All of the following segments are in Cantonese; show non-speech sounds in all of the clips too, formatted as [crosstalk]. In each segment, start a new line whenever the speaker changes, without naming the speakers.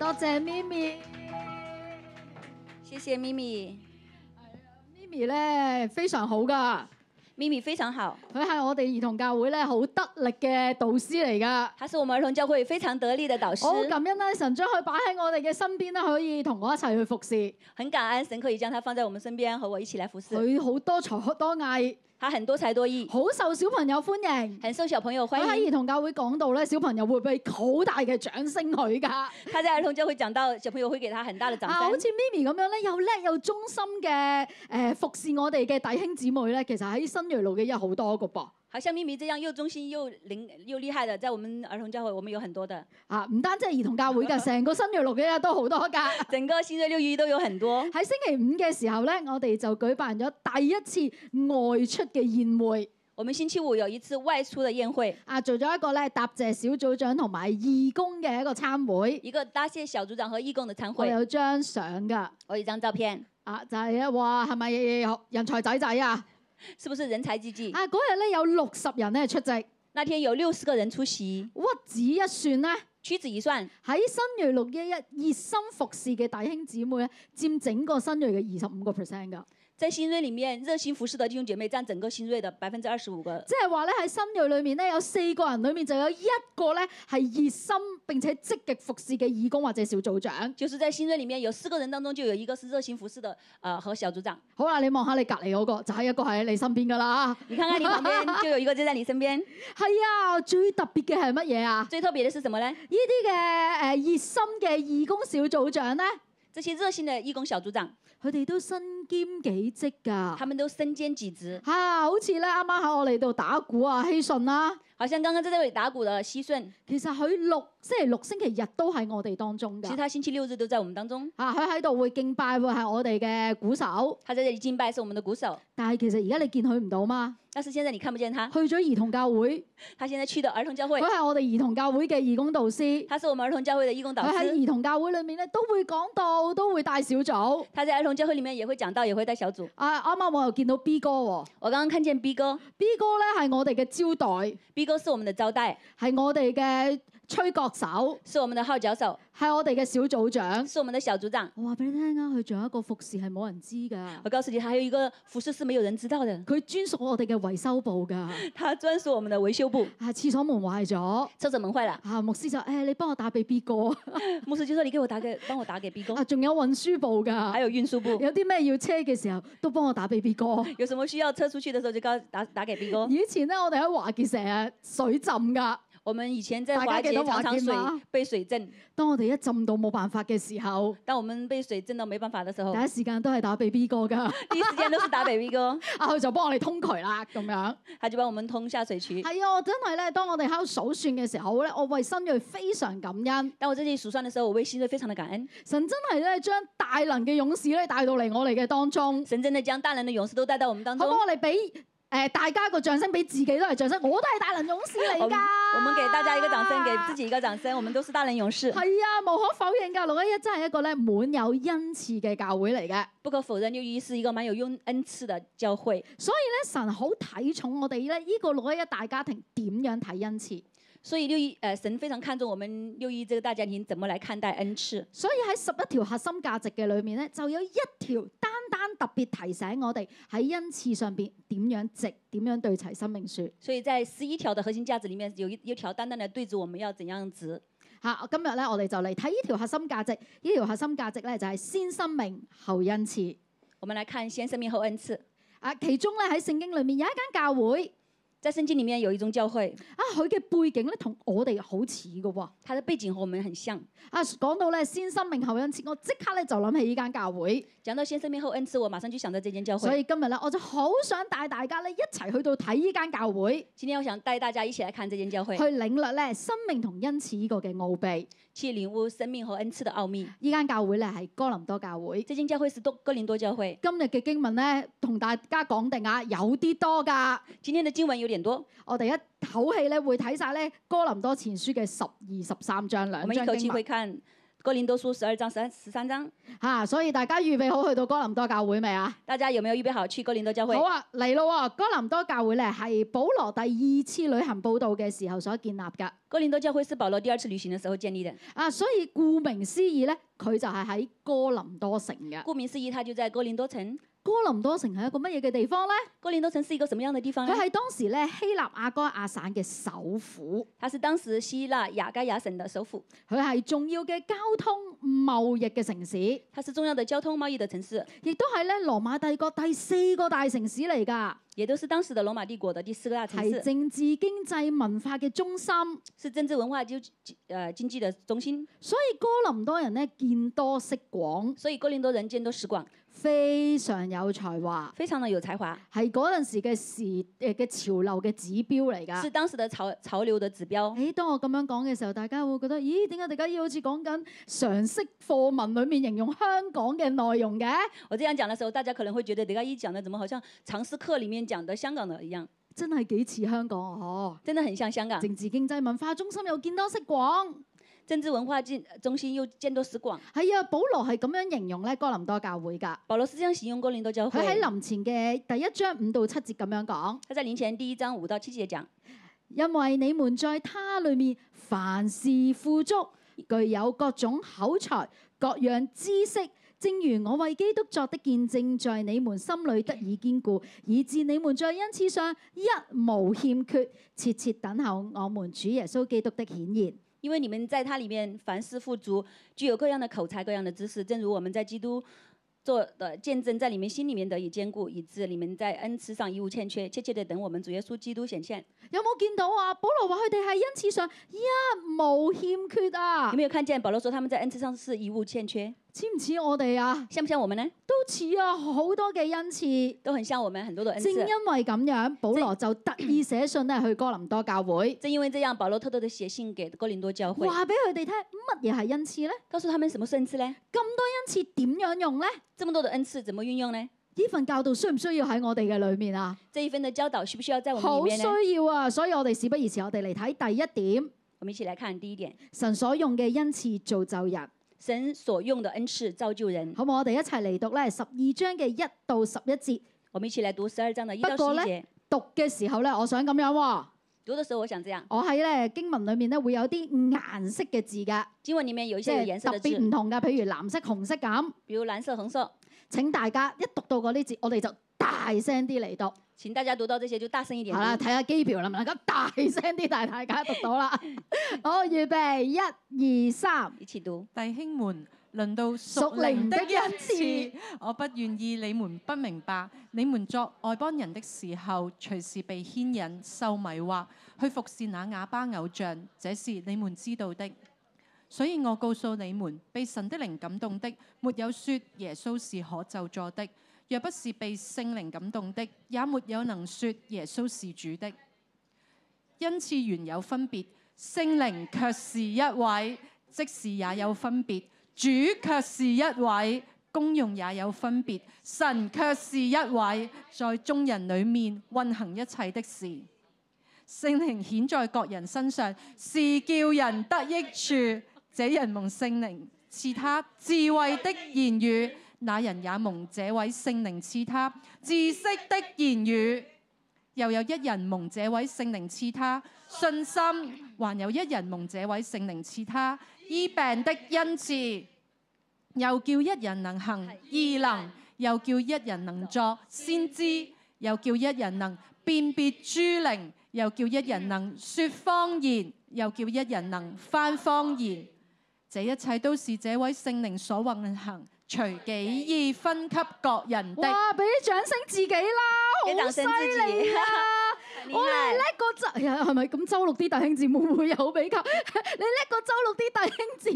多謝咪咪，
谢谢咪咪，
咪咪咧非常好噶，
咪咪非常好，
佢係我哋兒童教會咧好得力嘅導師嚟噶。
她是我们儿童教会非常得力的导师
我，好哦感恩咧，神將佢擺喺我哋嘅身邊咧，可以同我一齊去服侍。
很感恩神可以将她放在我们身边，和我一起来服侍。
佢好多才多藝，
她很多才多艺，
好受小朋友歡迎。
很受小朋友
佢
欢
喺兒
迎。
童教會講到咧，小朋友會俾好大嘅掌聲佢㗎。
她在儿童教会讲到，小朋友会给她很大的掌
啊，好
声
似。咪咪咁樣咧，又叻又忠心嘅誒、呃服侍我哋嘅弟兄姊妹咧，其實喺新锐路嘅一好多個噃。
好像咪咪这样又忠心又灵又厉害的，在我们儿童教会，我们有很多的，
啊，唔單止係兒童教會 [laughs] 㗎，成個新锐路嘅一都好多㗎。
整个新锐六一都有很多。
喺星期五嘅時候咧，我哋就舉辦咗第一次外出嘅宴會。
我们星期五有一次外出的宴会，
啊，做咗一個咧答謝小組長同埋義工嘅一個參會，
一个答谢小组长和义工的参
我
会，
有張相㗎。
我有一張照片，
啊，就係、啊，哇，係咪人才仔仔啊？
是不是人才济济？
啊，嗰日咧有六十人咧出席，
那天有六十个人出席，
屈指一算咧。
屈指一算，
喺新锐六一一熱心服侍嘅弟兄姊妹咧，佔整個新锐嘅二十五個 percent 㗎。
在新锐里面热心服侍的弟兄姐妹占整个新锐的百分之二十五个，
即係話咧喺新锐裏面咧，有四個人裏面就有一個咧係熱心並且積極服侍嘅義工或者小組長。
就是在新锐里面有四个人当中就有一个是热心服侍的，呃，和小组长。
好啦，你望下你隔離嗰個，就係、一個喺你身邊㗎啦。
你看看你旁边就有一个就在你身边，
係啊，最特別嘅係乜嘢啊？
最特别的是什么呢？
呢啲嘅誒熱心嘅義工小組長咧，
这些热心的义工小组长，
佢哋都身兼幾職㗎。
他们都身兼几职，
嚇、好似咧啱啱喺我哋度打鼓啊、希信啦、
好像刚刚在这里打鼓的西顺，
其實佢六星期六、星期日都喺我哋當中
其实
㗎。
他星期六日都在我们当中，
啊，佢喺度會敬拜，會係我哋嘅鼓手。
他在这里敬拜是我们的鼓手，
但係其實而家你見佢唔到嘛？
但是现在你看不见他，
去咗兒童教會，
他现在去的儿童教会
佢，係我哋兒童教會嘅義工導師。
他是我们儿童教会的义工导
佢喺
师，
兒童教會裏面咧都會講到，都會帶小組。
他在儿童教会里面也会讲到，也会带小组。
啊，啱啱我又見到 B 哥喎
我刚刚看见 B 哥
，B 哥咧係我哋嘅招待，
，B 哥是我们的招待，
係我哋嘅吹角手，
是我们的号角手，
係我哋嘅小組長。
是我们的小组长。
我話俾你聽啊，佢仲有一個服侍係冇人知㗎，
我告诉你，还有一个服饰是没有人知道的，
佢專屬我哋嘅維修部㗎。
他专属我们的维修部。
啊，廁所門壞咗，
厕所门坏了，
啊，牧師就誒、你幫我打俾 B 哥，
牧师就说：“你给我打给，帮我打给 B 哥。
啊，仲有運輸部
还
㗎，
有运输部，
有啲咩要車嘅時候都幫我打俾 B 哥。
有什么需要车出去的时候就告打打给 B 哥。
以前咧，我哋喺華傑成日水浸㗎，
我们以前在
大家
华
记
杰
得华
常常
健
水
吗
被水浸，
當我哋一浸到冇辦法嘅時候，
当我们被水浸到没办法
[laughs]
的时候
第，一時間都係打俾 B 哥㗎， [laughs]
第一时间都是打给 B 哥，
啊，佢就幫我哋通渠啦咁樣。
他就帮我们通下水渠。
係啊，我真係咧，當我哋喺度數算嘅時候咧，我為新锐非常感恩，
当我这里数算的时候，我为新锐非常的感恩，
神真係咧將大能嘅勇士咧帶到嚟我哋嘅當中，
神真的将大能的勇士都带到我们当
好
中
唔。好？我哋俾誒大家一個掌聲，俾自己都係掌聲，我都係大能勇士嚟
我
㗎
们。我们给大家一个掌声，给自己一个掌声，我们都是大能勇士。
[laughs] 係啊，無可否認㗎，六一一真係一個咧滿有恩賜嘅教會嚟嘅。
不可否认，六一一是一个蛮有用恩赐的教会，
所以咧，神好睇重我哋咧呢個六一一大家庭點樣睇恩賜。
所以六一呃神非常看重我们六一这个大家庭怎么来看待恩赐。
所以喺十一條核心價值嘅裏面咧，就有一條單單特別提醒我哋喺恩賜上邊點樣值，點樣對齊生命樹。
所以在十一条的核心价值里面，有一一条单单的对着我们要怎样值。
嚇、今日咧我哋就嚟睇呢條核心價值。呢條核心價值咧就係、先生命後恩賜。
我们来看先生命后恩赐，
啊，其中咧喺聖經裏面有一間教會
在圣经里面有一种教会，
啊，佢嘅背景咧同我哋好似嘅喎。
它的背景和我们很像。
啊，講到咧先生命後恩賜，我即刻咧就諗起呢間教會，
讲到先生命后恩赐，我马上就想到这间教
所
会。
以今日咧我就好想帶大家咧一齊去到睇呢間教會，
今天我想带大家一起来看这间教会
去，領略咧生命同恩賜呢個嘅奧秘。
去领悟生命和恩赐的奥秘。
呢間教會咧係哥林多教會。
这间教会是多哥林多教会，
今日嘅經文咧，同大家講定啊，有啲多㗎。
今天的经文有点多，
我哋一口氣咧會睇晒咧哥林多前書嘅十二、十三章
我
兩
们一
章
口
經
气
文
会。看哥林多书十二章、十三十三章，
嚇、啊所以大家預備好去到哥林多教會未啊？
大家有没有预备好去哥林多教会
好？啊，嚟咯喎！哥林多教會咧係保羅第二次旅行報道嘅時候所建立㗎。
哥林多教会是保罗第二次旅行的时候建立的，
啊，所以顧名思義咧，佢就係喺哥林多城嘅。
顾名思义，它就在哥林多城。
哥林多城係一個乜嘢嘅地方咧？
哥林多城是一个什么样的地方呢
佢？係當時咧希臘亞該亞省嘅首府，
它是当时希腊雅盖亚省的首府，
佢係重要嘅交通貿易嘅城市，亦
它是重要的交通贸易的城市，
都係咧羅馬帝國第四個大城市嚟㗎，
也都是当时的罗马帝国的第四个大城
係
市，
政治、經濟、文化嘅中心。
是政治文化就呃经济的中心。
所以哥林多人咧見多識廣，
所以哥林多人见多识广，
非常有才華，
非常的有才华，
係嗰陣時嘅時誒嘅潮流嘅指標嚟㗎
是。当时的潮潮流的指标。
誒，當我咁樣講嘅時候，大家會覺得，咦？點解大家要好似講緊常識課文裡面形容香港嘅內容嘅？
我这样讲的时候，大家可能会觉得德嘎一讲的怎么好像常识课里面讲的香港的一样，
真係幾似香港哦！
真的很像香港。
政治經濟文化中心又見多識廣，
政治文化进呃中心又见多识广，
係啊，保羅係咁樣形容咧哥林多教會㗎。
保罗是这样形容哥林多教
佢喺
会。
臨前嘅第一章五到七節咁樣講：
他在临前第一章五到七节讲，
因為你們在他裏面凡事富足，具有各種口才、各樣知識。正如我為基督作的見證，在你們心裏得以堅固，以致你們在恩賜上一無欠缺，切切等候我們主耶穌基督的顯現。
因为你们在他里面凡事富足，具有各样的口才、各样的知识，正如我们在基督做的见证，在你们心里面得以坚固，以致你们在恩赐上一无欠缺，切切的等我们主耶稣基督显现。
有冇見到啊？保羅話佢哋係恩賜上一無欠缺啊
有，没有看见保罗说他们在恩赐上是一无欠缺？
似唔似我哋啊？
像不像我们呢？
都似啊，好多嘅恩賜。
都很像我们很多的恩
正
赐
因。為咁樣，保羅就特意寫信咧去哥林多教
[coughs]
會，
正因为这样，保罗偷偷的寫信給哥林多教會，
話俾佢哋聽乜嘢係恩賜呢？
告訴他們什麼是恩賜呢？
咁多恩賜點樣用呢？
這麼多的恩賜怎麼運用呢？
呢份教導需唔需要喺我哋嘅裏面啊？
這一份的教導需不需要在我們裡
好
面呢？
需要啊！所以我哋事不宜遲，我哋嚟睇第一點，
我們一起來看第一點，
神所用嘅恩賜造就人，
神所用的恩賜造就人。
好唔好？我哋一齊嚟讀咧十二章嘅一到十一節。
我們一起來讀十二章的一
不
到十
過呢
一節。
讀嘅時候咧，我想咁樣喎、
讀的時候，我想這樣，
我喺咧經文裏面咧會有啲顏色嘅字嘅，
經文裡面有一
即
些有顏
係
色
特
的
別
字，
唔同嘅，譬如藍色、紅色咁。
比如藍色、紅色。
請大家一讀到嗰啲字，我哋就大聲啲嚟讀，
請大家讀到這些就大聲一點
好。啦，睇下機票能唔能夠大聲啲，但係大家讀到啦。好，預備，一、二、三。
一起讀。
弟兄們，論到
屬
屬
靈
靈
的
的
恩
恩
賜
賜，我不願意你們不明白。你們作外邦人的時候，隨時被牽引、受迷惑，去服侍那啞巴偶像，這是你們知道的。所以我告訴你們，被神的靈感動的，沒有說耶穌是可咒詛的；若不是被聖靈感動的，也沒有能說耶穌是主的。恩賜原有分別，聖靈卻是一位。即時也有分別，主卻是一位，功用也有分別，神卻是一位，在眾人裡面運行一切的事。聖靈顯在各人身上，是叫人得益處。這人蒙聖靈賜他智慧的言語，那人也蒙這位聖靈賜他知識的言語。又有一人蒙這位聖靈賜他信心，還有一人蒙這位聖靈賜他醫病的恩賜。又叫一人能行異能，又叫一人能作先知，又叫一人能辨別諸靈，又叫一人能說方言，又叫一人能翻方言。這一切都是這位聖靈所運行，隨己意分給各人的。
哇！俾啲掌聲自己
給
啦，好犀
掌聲自己
利啊！
很
我
厲
哋
害
叻過周，哎係咪咁周六啲弟兄姊妹會有比較？ [laughs] 你叻過周六啲弟兄姊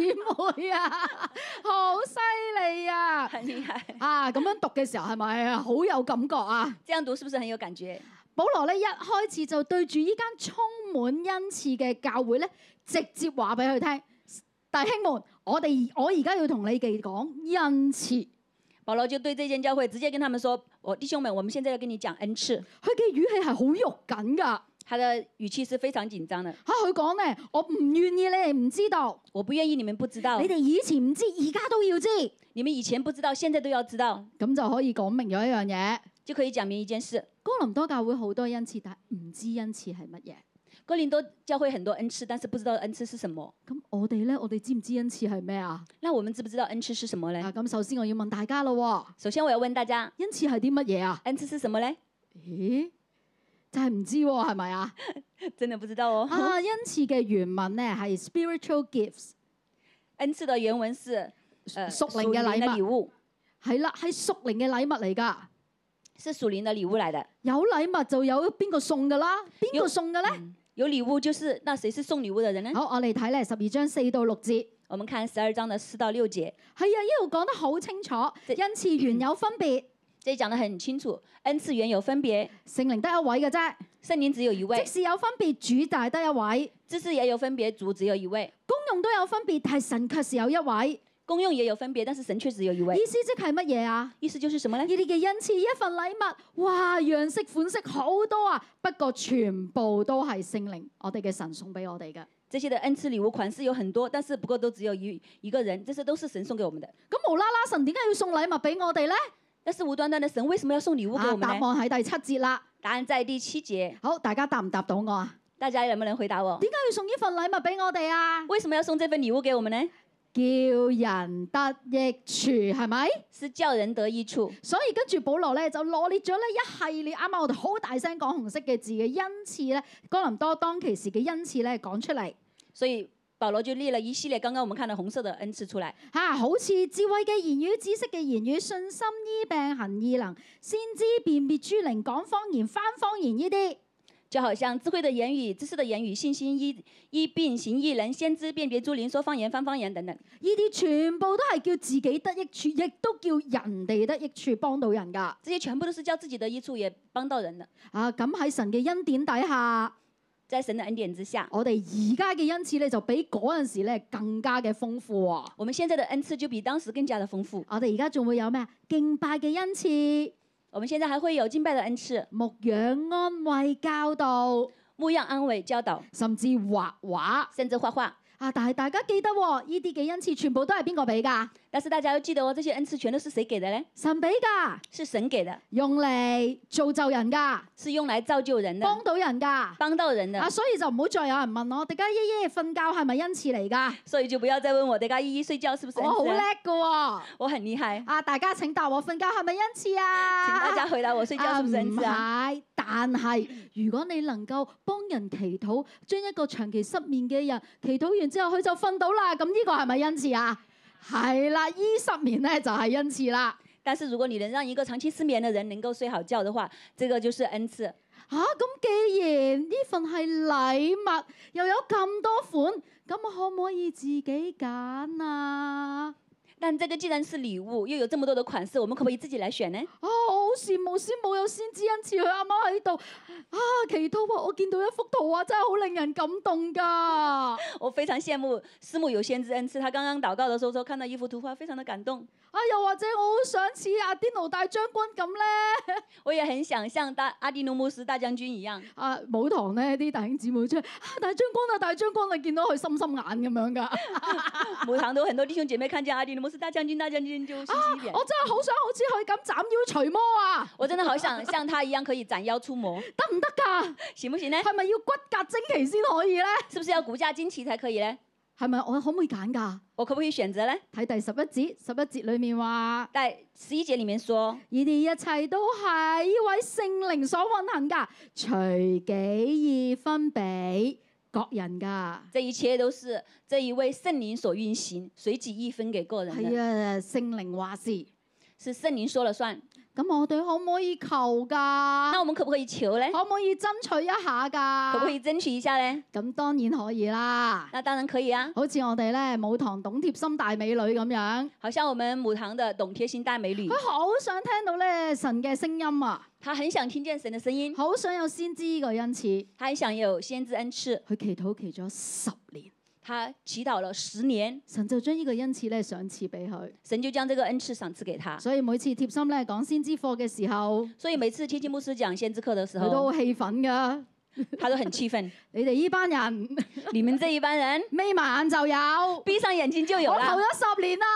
妹啊，好犀利啊！
很厲害。
啊，咁樣讀嘅時候係咪好有感覺啊？
這樣讀是不是很有感覺？
保羅咧一開始就對住呢間充滿恩賜嘅教會咧，直接話俾佢聽：弟兄們，我哋我而家要同你哋講恩賜。
保羅就對這間哦教會直接跟他們說：“我弟兄們，我們現在要跟你講恩賜。”
佢嘅語氣係好肉緊㗎，
他的语气是非常紧张的。
嚇佢講咧，我唔願意你哋唔知道，
我不愿意你们不知道
你，哋以前唔知，而家都要知，
你们以前不知道，現在都要知道，
咁就可以講明咗一樣嘢。
就可以講明一件事。
哥林多教會好多恩賜，但係唔知恩賜係乜嘢。
哥林多教会很多恩赐，但是不知道恩赐是什么。
咁我哋咧，我哋知唔知恩賜係咩啊？
那我们知不知道恩赐是什么
啊，
嘞？
咁首先我要問大家咯
首先我要问大家，
喎，恩賜係啲乜嘢啊？
恩赐是什么嘞？ [laughs]
咦，就係唔知喎，係咪啊？
真的不知道哦。
啊，恩賜嘅原文咧係 spiritual gifts，
恩赐的原文是呃
屬靈嘅
靈的
禮
禮
物，
物，
係啦，係屬靈嘅禮物嚟㗎。
是属灵的礼物来的。
有禮物就有邊個送㗎啦，邊個
有嗯
送嘅咧？
有礼物就是那谁是送礼物的人呢？
好，我哋睇咧十二章四到六節。
我們看十二章的四到六節，
係啊，呢度講得好清楚，
即
恩賜原有分別，
这里講得很清楚，恩赐原有分别，
聖靈得一位嘅啫。
圣灵只有一
即
位，
使有分別，主大得一位，
知识也有分别，主只有一位，
功用都有分別，但係神卻是有一位。
功用也有分别，但是神却只有一位
意。思即係乜嘢啊？
意思就是什么呢
呢？啲嘅恩賜一份禮物，哇，樣式款式好多啊！不過全部都係聖靈，我哋嘅神送俾我哋嘅。
这些的恩赐礼物款式有很多，但是不过都只有一一个人，这些都是神送给我们的。
咁無啦啦，神點解要送禮物俾我哋咧？
但是无端端的神为什么要送礼物给
啊
我，
答
们
案
呢？
喺第七節啦。
答案在第七节，
好，大家答唔答到我啊？
大家能不能回答我？
點解要送呢份禮物俾我哋啊？
为什么要送这份礼物给我们呢？
叫人得益處係咪？
是叫人得益处。
所以跟住保羅咧就羅列咗呢一系列啱啱我哋好大聲講紅色嘅字嘅恩賜咧，哥林多當其時嘅恩賜咧講出嚟
所以保罗就列了一系列刚刚我们看到红色的恩赐出来，
嚇、啊好似智慧嘅言語、知識嘅言語、信心、醫病、行異能、先知、辨別諸靈、講方言、翻方言呢啲。
就好像智慧的言语、知识的言语、信心、医医病、行异能、先知、辨别诸灵、说方言、翻方言等等，
呢啲全部都係叫自己得益處，亦都叫人哋得益處，幫到人㗎。
这些全部都是叫自己的益处，也帮到人的。
啊，咁喺神嘅恩典底下，
在神的恩典之下，
我哋而家嘅恩賜咧就比嗰陣時咧更加嘅豐富喎、
我们现在的恩赐就比当时更加的丰富。
我哋而家仲會有咩啊？敬拜嘅恩賜、
我们现在还会有敬拜的恩赐、
牧養、安慰、教導，
牧养、安慰、教导，
甚至畫畫
甚至画画。
啊！但係大家記得喎、呢啲嘅恩賜全部都係邊個俾㗎？
但是大家要记得哦，这些恩赐全都是谁给的嘞？
神俾㗎，
是神给的，
用嚟造就人㗎，
是用来造就人
幫
的，
到人㗎。
帮到人的
啊，。所以就唔好再有人問我，迪家姨姨瞓覺係咪恩賜嚟㗎？
所以就不要再问我，大家依依睡觉是不是
我
恩
好
赐
叻
啊？
㗎喎！
我很厉害，
啊，大家請答我，瞓覺係咪恩賜啊？
请大家回答我睡觉
啊
是
唔
不是恩赐啊？
係，但係如果你能夠幫人祈禱，將一個長期失眠嘅人祈禱完之後，佢就瞓到啦，咁呢個係咪恩賜啊？係啦，醫失眠咧就係恩賜啦。
但是如果你能让一个长期失眠的人能够睡好觉的话，这个就是恩赐。
嚇、咁既然呢份係禮物，又有咁多款，咁我可唔可以自己揀啊？
但这个既然是礼物，又有这么多的款式，我们可不可以自己来选呢？
啊！我好羨慕先冇有先知恩賜，佢啱啱喺度啊祈禱啊！我見到一幅圖啊，真係好令人感動㗎。啊
我非常羡慕师母有先知恩赐，他刚刚祷告的时候说看到一幅图画，非常的感动。
啊，又或者我好想似阿啲奴大將軍咁咧，
我也很想像大阿迪努牧师大将军一样，
啊舞堂咧啲弟兄姊妹出去啊大將軍啊大將軍啊，見到佢心心眼咁樣噶，
母堂都很多弟兄姐妹看见阿迪努牧师大将军大将军就嘻嘻脸。
我真係好想好似佢咁斬妖除魔啊，
我真的好想像他一样可以斩妖除魔，
得唔得㗎？
行不行呢？
係咪要骨骼精奇先可以咧？
是不是要骨架惊奇才可以呢？
係咪我可唔可以揀㗎？
我可不可以选择呢？
睇第十一節，十一節裡面話：
在十一节里面说，
呢啲一切都係呢位聖靈所運行㗎，隨己意分俾各人㗎。
这一切都是这一位圣灵所运行，随己意分给个人
係
的，
啊，聖靈話事。
是圣灵说了算。
咁我哋可唔可以求
那
噶？
我们可不可以求呢？
可唔可以爭取一下噶？
可不可？以争取一下呢？
咁當然可以啦。
那當然可以啊，
好似我哋咧舞堂董貼心大美女咁樣，
好像我们母堂的董贴心大美女
佢，好想聽到咧神嘅聲音啊，
她很想听见神的声音，
好想有先知個恩賜。
她很想有先知恩赐，
佢祈禱祈咗十年，
她祈禱了十年，
神就將呢個恩賜咧賞賜俾佢。
神就将这个恩赐赏赐给她。
所以每次貼心咧講先知課嘅時候，
所以每次天心牧师讲先知课的时
佢都
候，
好氣憤噶。
他都很气愤。 [laughs]
你哋呢班人
你们这一班人，
眯埋眼就有，我
闭上眼睛就有
求
了。
咗十年啦，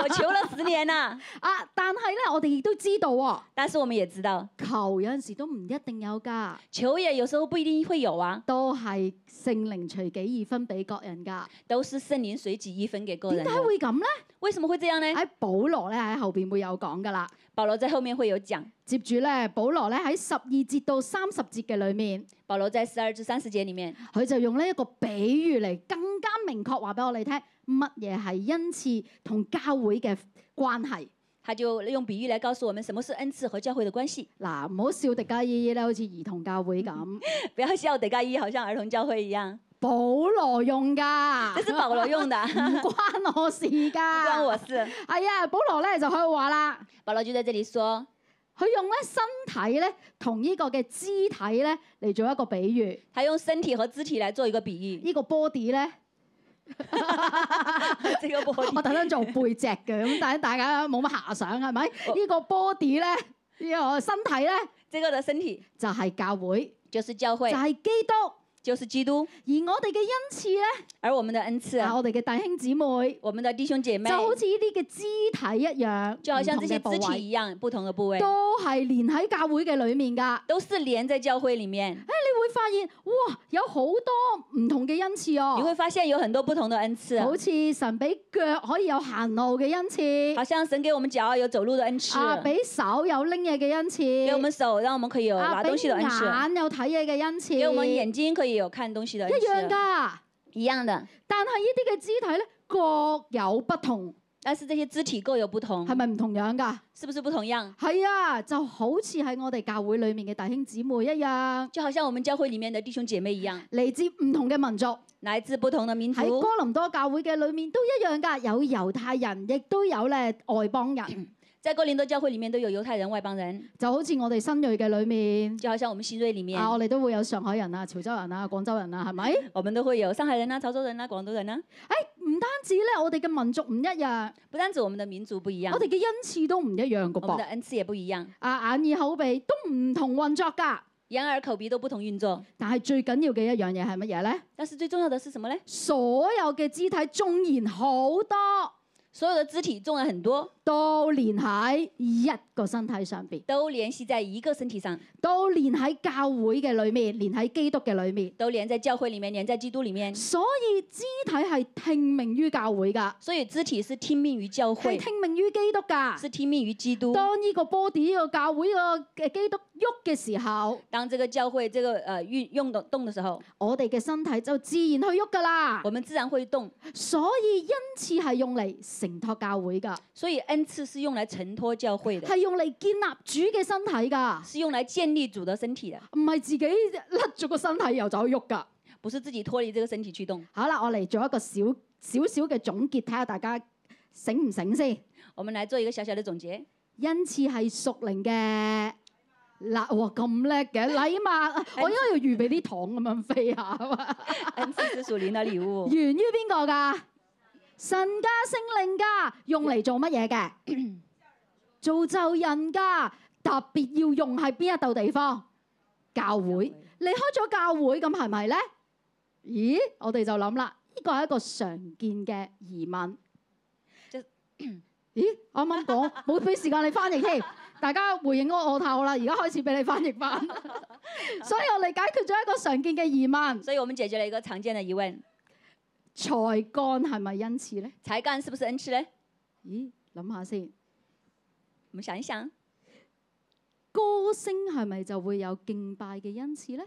我求了十年啦，
啊！但係咧，我哋亦都知道喎，
但是我们也知道，
求有陣時都唔一定有㗎，
求也有时候不一定会有啊，
都係聖靈隨己而分俾各人㗎。
都是圣灵随己一分给个
點
人的
解。會咁咧？
为什么会这样呢？
喺保羅咧喺後邊會有講㗎啦。
保罗在后面会有讲，
接住咧，保羅咧喺十二節到三十節嘅裏面，
保罗在十二至三十节里面，
佢就用呢一個比喻嚟更加明確話俾我哋聽，乜嘢係恩賜同教會嘅關係。
他就用比喻来告诉我们什么是恩赐和教会的关系。 [laughs]
嗱，唔好笑迪加姨姨咧，好似兒童教會咁。
不要笑德加一，好像儿童教会一
[laughs]
样，
保羅用㗎，
[laughs] 这是保罗
[laughs]
用的，
唔關我事㗎。
不关我事。
係啊，保羅咧就喺度話啦，
保罗就在这里说，
佢用咧身體咧同呢個嘅肢體咧嚟做一個比喻，
他用身体和肢体来做一个比
[laughs]
喻。
呢、個 body 咧。
这个不合理
我特登做背脊嘅，咁但係大家冇乜遐想係咪？
我
呢個 body 咧，呢、個身體咧
这个的身体
就係、教會，
就是教
就
会，
係、基督。
就是基督，
而我哋嘅恩賜咧，
而我们的恩赐啊
啊，我哋嘅弟兄姊妹，
我们的弟兄姐妹
就，好似呢啲嘅肢體一樣，
就好像
唔
这
同嘅部
些肢体
位
一样，不同的部位
都係連喺教會嘅裡面㗎。
都是连在教会里面。
你會發現，哇，有好多唔同嘅恩賜
你
哦
会。发现有很多不同的恩赐啊，
好似神俾腳可以有行路嘅恩
好
賜，
像神给我们脚有走路的恩赐，
啊俾手有拎嘢嘅恩
给我
賜，
们手让我们可以有
啊
拿
俾
东西的恩赐，
眼有睇嘢嘅恩賜，
给我们眼睛可以有看东西的恩
一樣
赐，
㗎，
一样的。
但係呢啲嘅肢體咧各有不同，
但是这些肢体各有不同
係，咪唔同樣㗎？
是不是不同样？
係啊，就好似喺我哋教會裡面嘅弟兄姊妹一樣，
就好像我们教会里面的弟兄姐妹一 [laughs] 样，
嚟自唔同嘅民族，
来自不同的民
喺
族，
哥林多教會嘅裡面都一樣㗎，有猶太人，亦都有咧外邦人，
在哥林多教会里面都有犹太人、外邦人，
就好似我哋新锐嘅裡面。
就好像我们新锐里面
啊！，我哋都會有上海人啊、潮州人啊、廣州人啊，係咪？
我们都会有上海人啦、潮州人啦、啊广东人啦。
唔單止咧，我哋嘅民族唔一樣，
不单止我们的民族不一样，
我哋嘅恩賜都唔一樣噶
我们的
噃。
恩赐也不一样，
啊，眼耳口鼻都唔同運作㗎。
眼耳口鼻都不同运作。
但係最緊要嘅一樣嘢係乜嘢咧？
但是最重要的是什么呢？
所有嘅肢體縱然好多，
所有的肢体纵然很多，
都連喺一個身體上邊，
都联系在一个身体上，
都連喺教會嘅裏面，連喺基督嘅裏面。
都连在教会里面，连在基督里面。
所以肢體係聽命於教會㗎，
所以肢体是听命于教
係
会，
聽命於基督㗎。
是听命于基督。
當呢個 body 呢個教會呢個嘅基督喐嘅時候，
当这个教会这个呃运用的动的时候，
我哋嘅身體就自然去喐噶啦
我。们自然会动。
所以恩賜係用嚟承托教會噶，
所以恩赐是用来承托教会的，
係用嚟建立主嘅身體噶，
是用来建立主的身体的，
唔係自己甩咗個身體又走去喐噶。
不是自己脱离这个身体去动。
好啦，我嚟做一個小小小嘅總結，睇下大家醒唔醒先。
我们来做一个小小的总结。
恩賜係屬靈嘅。嗱，哇咁叻嘅禮物，我應該要預備啲糖咁樣飛下嘛。
恩赐是属灵的礼物。
源於邊個㗎？神家聖靈㗎，用嚟做乜嘢嘅？造就人㗎，特別要用喺邊一度地方？教會。離開咗教會咁係咪呢？咦，我哋就諗啦，呢個係一個常見嘅疑問
即。
[coughs] 咦，啱啱講冇俾時間你翻譯添，大家回應我我頭啦，而家開始俾你翻譯翻。所以我哋解決咗一個常見嘅疑問：
所以我们解决了一个常见的疑问：
才幹係咪因此呢？
才干是不是恩赐呢？
咦，諗下先，
我们想一想，
歌星係咪就會有敬拜嘅恩賜呢？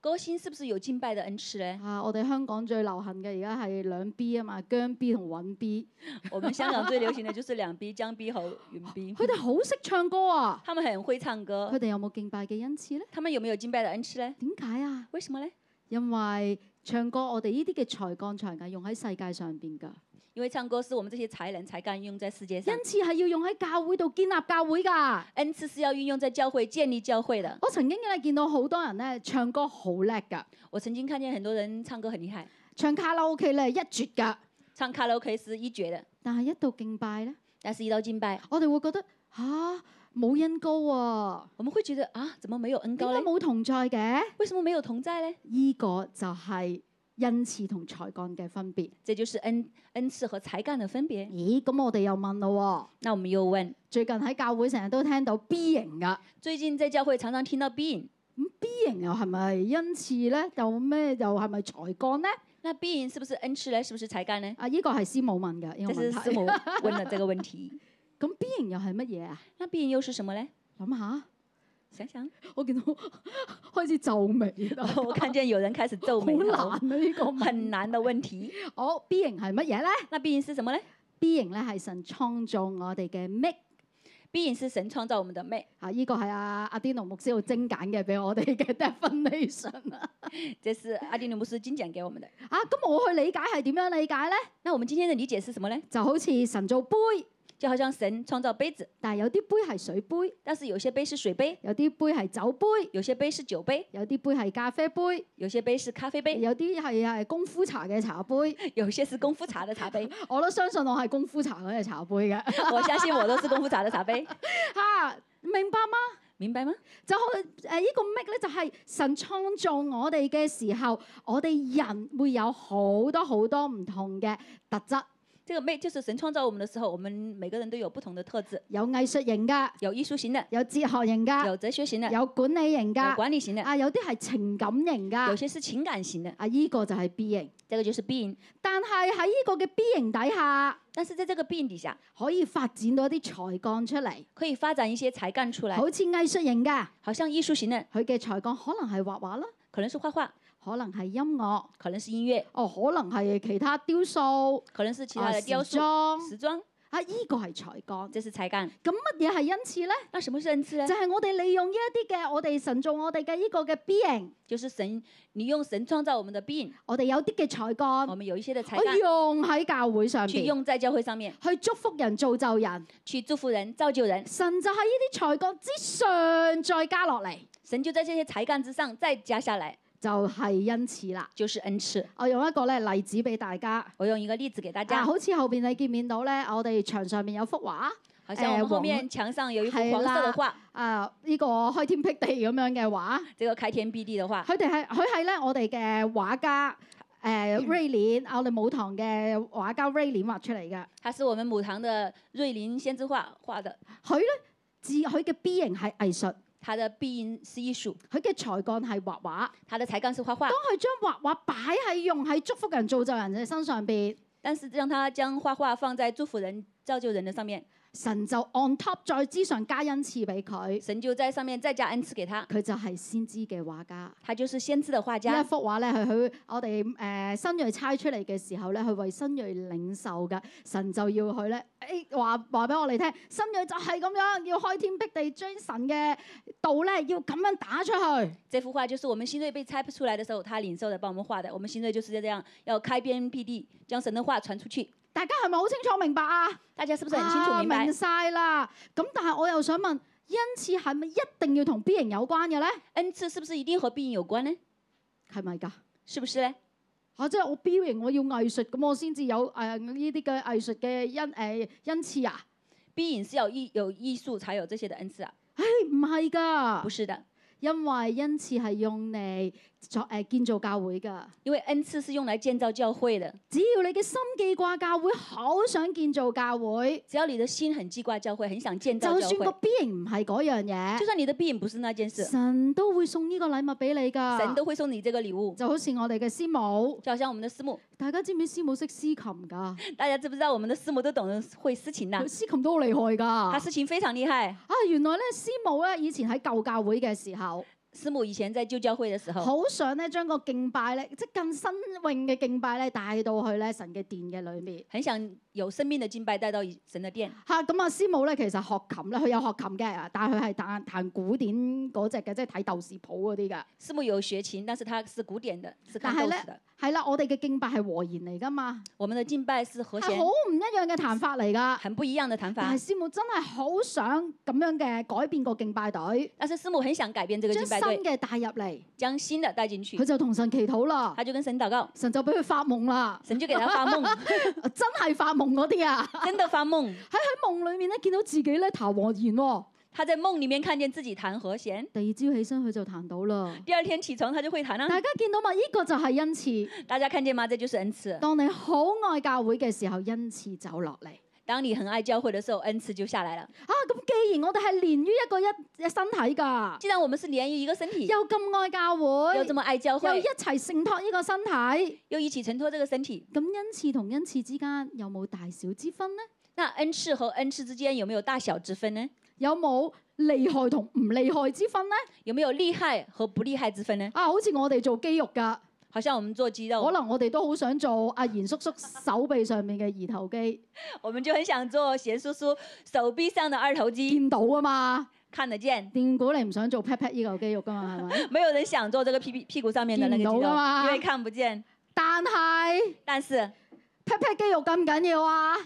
歌星是不是有敬拜的恩赐呢？
啊，我哋香港最流行嘅而家係兩 B 啊嘛，姜 B 同韻 B，
我们香港最流行的就是两 B、江 B 和云
[laughs]
B，
佢哋好識唱歌啊！
他们很会唱
佢
歌，
哋有冇敬拜嘅恩賜呢？
他们有没有敬拜的恩赐呢？
點解啊？
为什么呢？
因為唱歌我哋呢啲嘅才幹才藝用喺世界上邊㗎，
因为唱歌是我们这些才能才干用在世界上
恩，賜係要用喺教會度建立教會㗎。
恩赐是要运用在教会、建立教会的。
我曾經咧見到好多人咧唱歌好叻㗎，
我曾经看见很多人唱歌很厉害，
唱卡拉 OK 咧一絕㗎，
唱卡拉 OK 是一绝的，
但係一到敬拜咧，
但是，一到敬拜，
我哋會覺得吓冇恩高啊，
我们會覺得啊，怎麼沒有恩
點
高
解
呢？
冇同在嘅？
為什麼沒有同在呢？
呢、個就係恩賜同才幹嘅分別。
這就是恩恩賜和才幹的分別。
咦，咁我哋又問咯
那我們又問，
喎，最近喺教會成日都聽到 B 型噶，
最近在教會常常聽到 B 型，
咁 B 型又係咪恩賜咧？又咩？又係咪才幹咧？
那 B 型是不是恩賜呢？是不是才幹呢？
啊，呢、個係師母問嘅呢
這
個
是
問題。
師母問了這個問題。
咁 B 型又係乜嘢啊？
那 B 型又是什麼呢？
諗下，
想想，
我見到 [laughs] 開始皺眉啦，
[laughs] 我看見有人開始皺
好
眉
難
頭
啊，呢個
很
問。
難的問題。
好 B 型係乜嘢咧
那 B 型是什麼呢
？B 型咧係神創造我哋嘅 make。
？B 型是神創造我們的美，
啊！依個係阿阿啲奴牧師好精簡嘅俾我哋嘅 [laughs] definition 啊！
這是阿迪努姆斯精講給我們的。
啊，咁我去理解係點樣理解咧？
那我們今天的理解是什麼呢？
就好似神造杯，
就好像神創造杯子，
但係有啲杯係水杯，
但是有些杯是水杯，
有啲杯係酒杯，
有些杯是酒杯，
有啲杯係咖啡杯，
有些杯是咖啡杯，
有啲係係功夫茶嘅茶杯。
有些是功夫茶的茶 [laughs] 杯。
我都相信我係功夫茶嗰隻茶杯嘅。 [laughs]
我相信我都是功夫茶的茶杯，
嚇、明白嗎？
明白嗎？
就可誒依個 make 咧，就係神創造我哋嘅時候，我哋人會有好多好多唔同嘅特質，
這個魅就是神創造我們的時候，我們每個人都有不同的特質，
有藝術型嘅，
有藝術型的，
有哲學型嘅。
有哲學型的，
有管理型
有
㗎，
管理型的，
啊有啲係情感型
有
㗎，
些是情感型的。
啊依、個就係 B 型。
這個就是 B 型，
但係喺呢個嘅 B 型底下，
但是在這個 B 型底下，
可以發展到一啲才幹出嚟，
可以發展一些才幹出來
好，似藝術型嘅，
好像藝術型的
佢嘅才幹可能係畫畫啦，
可能是畫畫，
可能係音樂，
可能是音樂，
哦可能係其他雕塑、
可能是其他
啊
的雕
時
塑、
裝，
時裝，
啊依、個係才幹。
這是才幹。
咁乜嘢係恩
[laughs]
賜呢？
那什麼是恩賜呢
就？係我哋利用呢一啲嘅我哋神造我哋嘅呢個嘅 B 型，
就是神，你用神創造我們的 B 型，
我哋有啲嘅才
我
幹，
們有一些的哦才
我
幹
用喺教會上
去
邊，
用在教會上面，
去祝福人、造就人。
去祝福人、造就人。
神就喺呢啲才幹之上再加落嚟，
神就在這些才幹之上再加下來，
就係、因此啦。
就是恩賜。
我用一個咧例子俾大家。
我用一個例子給大
啊，
家，
好似後邊你見唔見到咧？我哋牆上面有幅畫，
好像我
呃
們後
我
面
們
牆上有一幅
係
黃色
啦
的畫，
啊呢、個開天闢地咁樣嘅畫，
這個開天辟地的畫，
佢哋係佢係咧我哋嘅畫家誒、Ray Lin，啊我哋舞堂嘅畫家 Ray Lin 畫出嚟嘅。
它是我們母堂的瑞林先知畫畫的。
佢咧自佢嘅 B 型係藝術，
他的必應是藝術，
佢嘅才幹係畫畫。
他的才幹是畫畫
當，佢將畫畫擺喺用喺祝福人、造就人嘅身上邊，
但是讓他將畫畫放在祝福人、造就人的上面，
神就 on top 再之上加恩賜俾佢。
神就在上面再加恩賜給他。
佢就係先知嘅畫家。
他就是先知的畫
呢一
家。
幅畫咧，係佢我哋誒、呃新锐猜出嚟嘅時候咧，佢為新锐領受嘅神就要佢咧，誒話話俾我哋聽，新锐就係咁樣，要開天辟地，將神嘅道咧要咁樣打出去。
這幅畫就是我們新锐被猜不出來的時候，他領受的幫我們畫的。我們新锐就是這樣，要開天辟地，將神的話傳出去。
大家係咪好清楚明白啊？
大家是不是很清楚
啊
明白
明？晒啦。咁但係我又想問，因此係咪一定要同 B 型有關嘅咧？
恩賜是不是一定和必應有關呢？
係咪㗎？
是不是呢？
啊！即係我 B 型，我要藝術，咁我先至有誒呢啲嘅藝術嘅恩誒、呃恩賜啊？
必應是要藝有藝術才有這些的恩賜啊？
誒唔係㗎
不，是的，
因為恩賜係用嚟作誒建造教會㗎。
因為恩賜是用來建造教會的。
只要你嘅心記掛教會，好想建造教會，
只要你的心很記掛教會，很想建造
就
教
算個
會，
B 型唔係嗰樣
就
嘢，
算你的必應不是啊那件事，
神都會送呢個禮物俾你㗎。
神都會送你這個禮物。
就好似我哋嘅師母，
就好像我們的師母，
大家知唔知師母識司琴㗎？
大家知不知道我們的師母都懂得會私情呐、
佢司琴都好厲害㗎。
她私情非常厲害。
啊，原來咧師母咧以前喺舊教會嘅時候。
師母以前在舊教會的時候，
好想咧將個敬拜咧，即係更新穎嘅敬拜咧，帶到去咧神嘅殿嘅裏面。
很想有生命的敬拜帶到神的殿。
嚇咁啊，師母咧其實學琴咧，佢有學琴嘅，但係佢係彈彈古典嗰只嘅，即係睇豆豉譜嗰啲嘅。
師母有學琴，但是她是古典的，是看
但
豆
是呢
豉的。
係啦，我哋嘅敬拜係和弦嚟噶嘛，
我們的敬拜是和
係
弦
好，唔一樣嘅彈法嚟
[laughs]
噶。
很不一樣的彈法
但。係師母真係好想咁樣嘅改變個敬拜隊，
但是師母很想改變這個
將
敬
新
拜隊，
嘅帶入嚟，
將新的帶進
佢
去。
就同神祈禱啦。
她就跟神禱告，
神就俾佢發夢啦， [laughs]
神就給她發夢，
真係發夢夢嗰啲啊，
真的发梦，
喺喺夢裏面咧見到自己咧彈和弦喎，
他在梦里面看见自己弹和弦，
第二朝起身佢就彈到啦。
第二天起床他就会弹啦、
大家見到嘛？呢、個就係恩賜。
大家看见吗？这就是恩赐。
當你好愛教會嘅時候，恩賜走落嚟。
当你很爱教会的时候，恩赐就下来了。
啊，咁既然我哋係連於一個一一身體㗎，
既然我们是连于一个身体，
又咁愛教
又
會
这，么爱教
又
会
一，齊承托呢個身體，咁
又一起承托这个身体，
恩賜同恩賜之間有冇大小之分呢？
那恩赐和恩赐之间有没有大小之分呢？
有冇厲害同唔厲害之分呢？
有没有厉害和不厉害之分呢？
啊，好似我哋做肌肉㗎，
好像我们做肌
可
肉，
能我哋都好想做啊阿賢叔叔手臂上面嘅二頭肌，
我们就很想做贤叔叔手臂上的二头肌，
見到啊嘛。
看得见。
掂估你唔想做 pat pat 呢嚿肌肉㗎嘛，係咪？
没有人想做这个屁屁屁股上面的那个肌
见不
肉
到的，嘛
因为看不见。
但係。
但是
pat pat 肌肉咁緊要啊？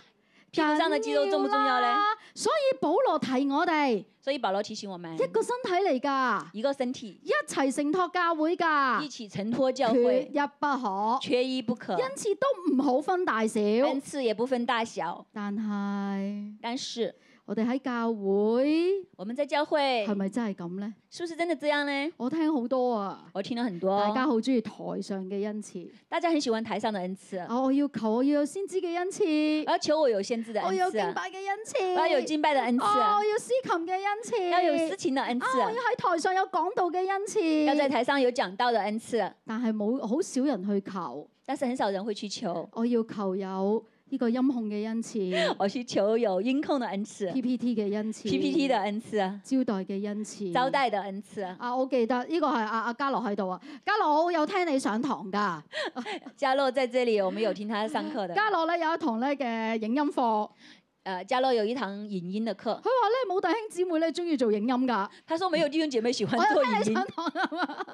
屁股上的肌肉重不重要
緊
呢？
啦？所以保羅提我哋
所以保罗提醒我们，
一個身體嚟㗎，
一个身体
一齊承托教會㗎，
一起承托教
缺
会，
一不可。
缺一不可。
因此都唔好分大小，
恩赐也不分大小，
但係
但是
我哋喺教會
我们在教会
係咪真係咁呢？
是不是真的这样呢？
我聽好多啊，
我听了很多，
大家好中意台上嘅恩賜，
大家很喜欢台上的恩赐，
啊，我要求我要有先知嘅恩賜，
我要求我有先知的
我要
啊恩赐，
哦
啊
敬
我
拜嘅恩
要有
賜，
敬拜的恩赐，
啊，我要司琴嘅恩
要有
賜
私，情的恩赐
啊，，我要喺台上有講道嘅恩
要在
賜，
台上有讲道的恩赐，啊
但係冇好少人去求。
但是很少人会去求。
我要求有呢個音控嘅恩
[laughs]
賜
我去求有音控的恩赐啊
，PPT 嘅恩賜
，PPT 的恩赐，啊
招待嘅恩賜，
招待的恩赐。
啊！我記得呢個係阿阿嘉樂喺度啊，嘉樂我有聽你上堂
[laughs]
㗎。
嘉乐在这里，我们有听他上课的。
嘉樂咧有一堂咧嘅影音課，佢話
呃，嘉乐有一堂影音的课，
咧冇弟兄姊妹咧中意做影音㗎。
[laughs] 他说没有弟兄姐妹喜欢
我有
做
聽你
影音
上，堂啊嘛，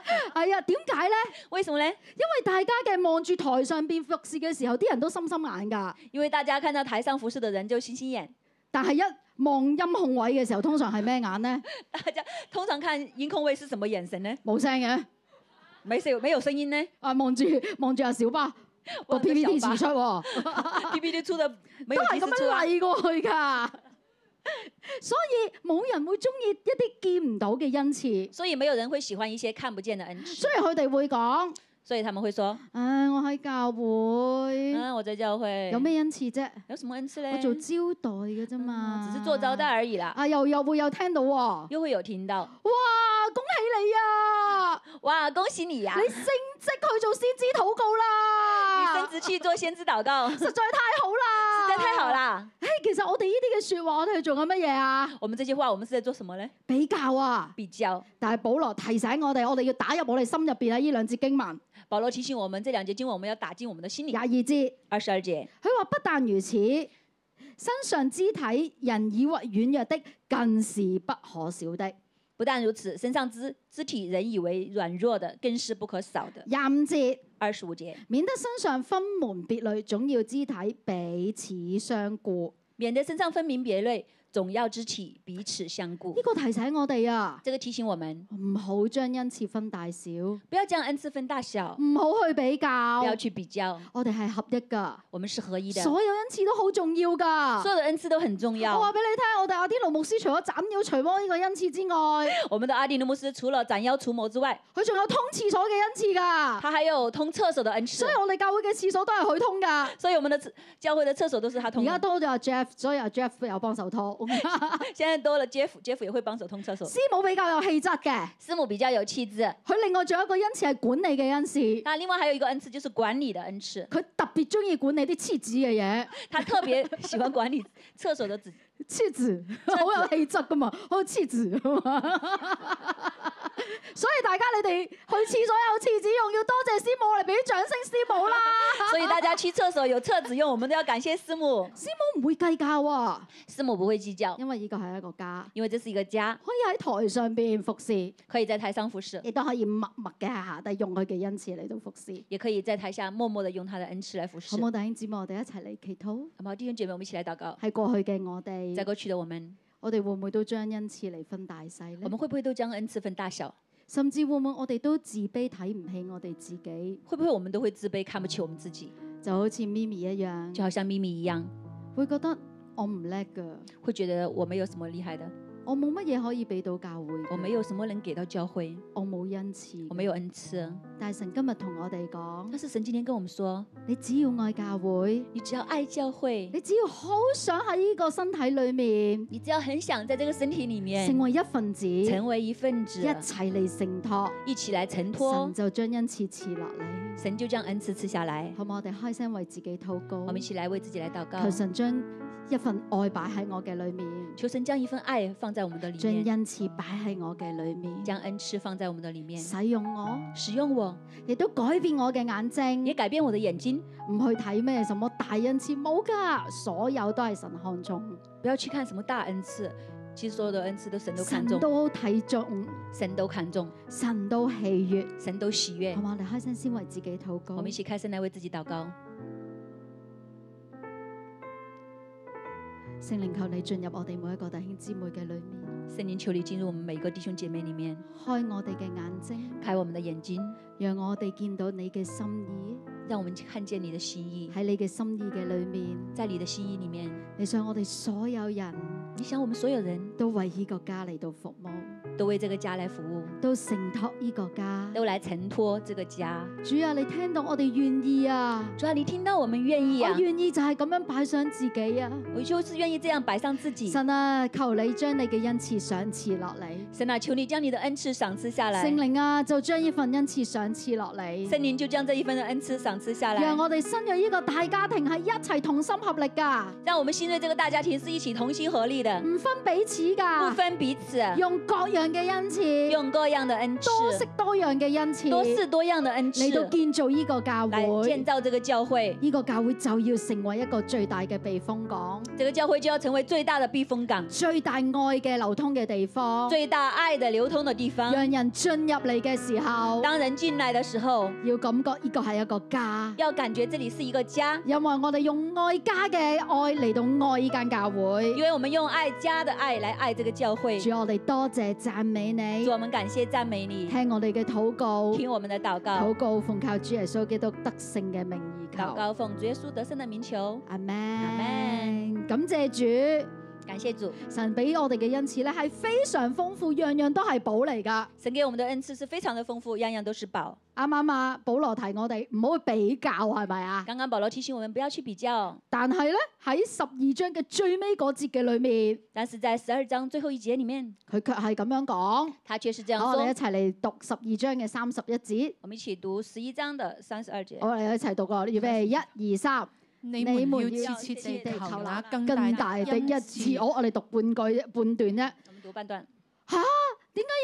[laughs] 係啊，點解咧？
为什么呢？
因為大家嘅望住台上邊服侍嘅時候，啲人都心心眼㗎，
因为大家看到台上服侍的人就星星眼，
但係一望音控位嘅時候，通常係咩眼咧？
大家通常看音控位是什么眼神呢？
冇聲嘅，
没声没有声音呢？
啊望住 [laughs] 望住阿小
[laughs]
巴個
望住小
PPT
巴
詞出喎。
PPT 出的没
都
有
係
及
咁
时出
樣
啊，
嚟過去㗎。 [laughs] 所以冇人會中意一啲見唔到嘅恩賜。
所以没有人会喜欢一些看不见的恩赐
雖，然佢哋會講：，
所以他们会说，
唉，我喺教會
嗯，我在教会
有咩恩賜啫？
有什么恩赐嘞？
我做招待嘅啫嘛
嗯，只是做招待。而已啦，
啊，又又會有聽到喎、
又会有聽到，
哇！恭喜你
[laughs]
啊，
哇，恭喜你呀、
你升職去做先知禱告啦，
你升职去做先知祷告，实
實在太好
[laughs]
啦，
在太好！啦。
嘿，其實我哋呢啲嘅説話，我哋係做緊乜嘢啊？
我们这些话，我们是在做什么呢？
比較啊。
比较。
但係保羅提醒我哋，我哋要打入我哋心入邊啊！呢兩節經文
保罗提醒我们，这两节经文我们要打进我们的心里
廿。二節，
二十二节，
佢話不但如此，身上肢體人以為軟弱的，更是不可少的。
不但如此，身上肢肢体人以为软弱的，更是不可少的。
廿五節，
二十五节，
免得身上分門別類，總要肢體彼此相顧。
免得身上分门别类，总要肢体彼此相
呢、
顾。
個提醒我哋啊，
这个提醒我们，
唔好將恩賜分大小，唔
不要将恩赐分大小，
好去比較
不。要去比较，
我哋係合一㗎，
我们是合一的，
所有恩賜都好重要㗎。
所有的恩赐都很重
我話
要。
俾你聽，我哋阿啲盧牧師除咗斬妖除魔呢個恩賜之外， [laughs]
我们的阿迪努姆斯除了斩妖除魔之外，
佢仲有通廁所嘅恩賜㗎，
[laughs] 他还有通厕啊所的恩赐
所以，我哋教會嘅廁所都係佢通㗎。
所以我们的厕教会的厕所都是他
而
通啊
家
的。
多咗阿 Jeff，所以阿 Jeff 有幫手
[laughs]
拖。 [laughs]
现在多了 Jeff，Jeff 也会帮手通厕所。
師母比較有氣質嘅，
师母比较有气质，
佢另外仲有一個恩賜係管理嘅恩賜，
那另外还有一个恩赐就是管理的恩赐，
佢特別中意管理啲黐紙嘅嘢，
他特别喜欢管理厕所的 [laughs] 纸，
黐紙 [laughs] 好有氣質噶嘛，好有黐紙㗎嘛。 [laughs] 所以大家你哋去廁所有廁紙用，要多謝師母，你俾啲掌聲師
[laughs]
母啦。
所以大家去厕所有厕纸用，我们都要感谢师母。
師母唔會計較喎，
[laughs] 师母不会计较，
因為呢個係一個家，
因为这是一个家，
可以喺台上邊服侍。
可以在台上服侍，
亦都可以默默嘅喺下低用佢嘅恩賜嚟到服侍。
也可以在台下默默的用他的恩赐来服侍
好。冇弟兄姊妹，我哋一齊嚟祈禱。
好冇弟兄姐妹，我们一起来祷告。
喺過去嘅我
在
哋，
过去的我们，
我哋會唔會都將恩賜嚟分大細
我
呢？
们会不会都将恩赐分大小？
甚至會唔會我哋都自卑睇唔起我哋自己？嗯
会不会我们都会自卑，看不起我们自己？
就好似咪咪一樣，
就好像咪咪一样，
會覺得我唔叻㗎，
会觉得我没有什么厉害的，
我冇乜嘢可以俾到教會㗎，
我没有什么能给到教会，
我冇恩賜
我
㗎。
没有恩赐。
但係神今日同我哋講，
但是神今天跟我们说，
你只要愛教會，
你只要爱教会，
你只要好想喺呢個身體裏面
你只要很想在这个身体里面
成為一份子，一
成为一份子，
齊嚟承托，
一起来承托
神，就將恩賜賜落嚟。
神就将恩赐赐下来。
好唔好？我哋開聲為自己禱告
我，们一起来为自己来祷告
求，神將一份愛擺喺我嘅裏面，
求神将一份愛放在我们的里
將
面，
恩賜擺喺我嘅裏面，
将恩赐放在我们的里面，
使用我，
使用我，
亦都改變我嘅眼睛
也。改变我的眼睛，
唔去睇咩什麼大恩賜冇噶，所有都係神看重，
不要去看什么大恩赐，其实所有的恩赐都神都看
神
重，
都睇重，
神都看重，
神都喜悦。
神都喜悦
好。嘛，我哋開聲先為自己禱告
我。们一起开声来为自己祷告，
聖靈求你進入我哋每一個弟兄姊妹嘅裏面，
圣灵求你进入我们每个弟兄姐妹里面，
開我哋嘅眼睛，
开我们的眼睛，
讓我哋見到你嘅心意
让我们看见你的心意，
喺你嘅心意嘅裏面。
在你的心意里面，
你想我哋所有人
你想我们所有人
都為呢個家嚟到服務，
都为这个家来服务，
都承托呢個家。
都来承托这个家。
主啊，你聽到我哋願意啊，
主要你听到我们愿意啊
我，願意就係咁樣擺上自己啊。
我就是愿意这样摆上自己。
神啊，求你將你嘅恩賜賞賜落嚟。
神啊，求你将你的恩赐赏赐下来，
聖靈啊，就將呢份恩賜賞賜落嚟，
圣灵就将这一份的恩赐赏赐下来，
讓我哋新約呢個大家庭係一齊同心合力㗎，
让我们新锐这个大家庭是一起同心合力的，
唔分彼此
不
㗎，
分彼此，
用各樣嘅恩賜，
用各样的恩赐，
多式多樣嘅恩賜，
多式多样的恩赐
嚟到建造呢個教
来建
會。
造这个教会。
呢個教會就要成為一個最大嘅避風港、
这个教会就要成为最大的避风港，
最大愛嘅流通嘅地方，
最大爱的流通的地方。
讓人進入嚟嘅時候，
当人进来的时候，
要感覺呢個係一個家。
要感觉这里是一个家，
因為我哋用愛家嘅愛嚟到愛呢間教
因
會，
为我们用爱家的爱来爱这个教会。
主我哋多謝讚美你
主，，我们感谢赞美你，
聽我哋嘅禱告，
听我们的祷告
禱，告奉靠主耶穌基督得勝嘅名而
祷
求，
告奉主耶稣得胜的名求，
阿
Amen
門。感謝主，
感谢主。
神俾我哋嘅恩賜咧係非常豐富，樣樣都係寶嚟㗎。
神给我们的恩赐是非常的丰富，样样都是宝。
啱唔啱啊？保羅提我哋唔好去比較，係咪啊？
刚刚保罗提醒我们不要去比较，
但係咧喺十二章嘅最尾嗰節嘅裏面，
但是在十二章最后一节里面，
佢卻係咁樣講。
他却是这样
好，我哋一
说。
齊嚟讀十二章嘅三十一節。
我们一起读十一章的三十二节。
我哋一齊讀啊過，預備一二三，你
你們
們
要
要
切切
切
地
地
求
求
那
那
更
更大
大
的
恩
一次，我我哋讀半句半段啫。
我们读半段。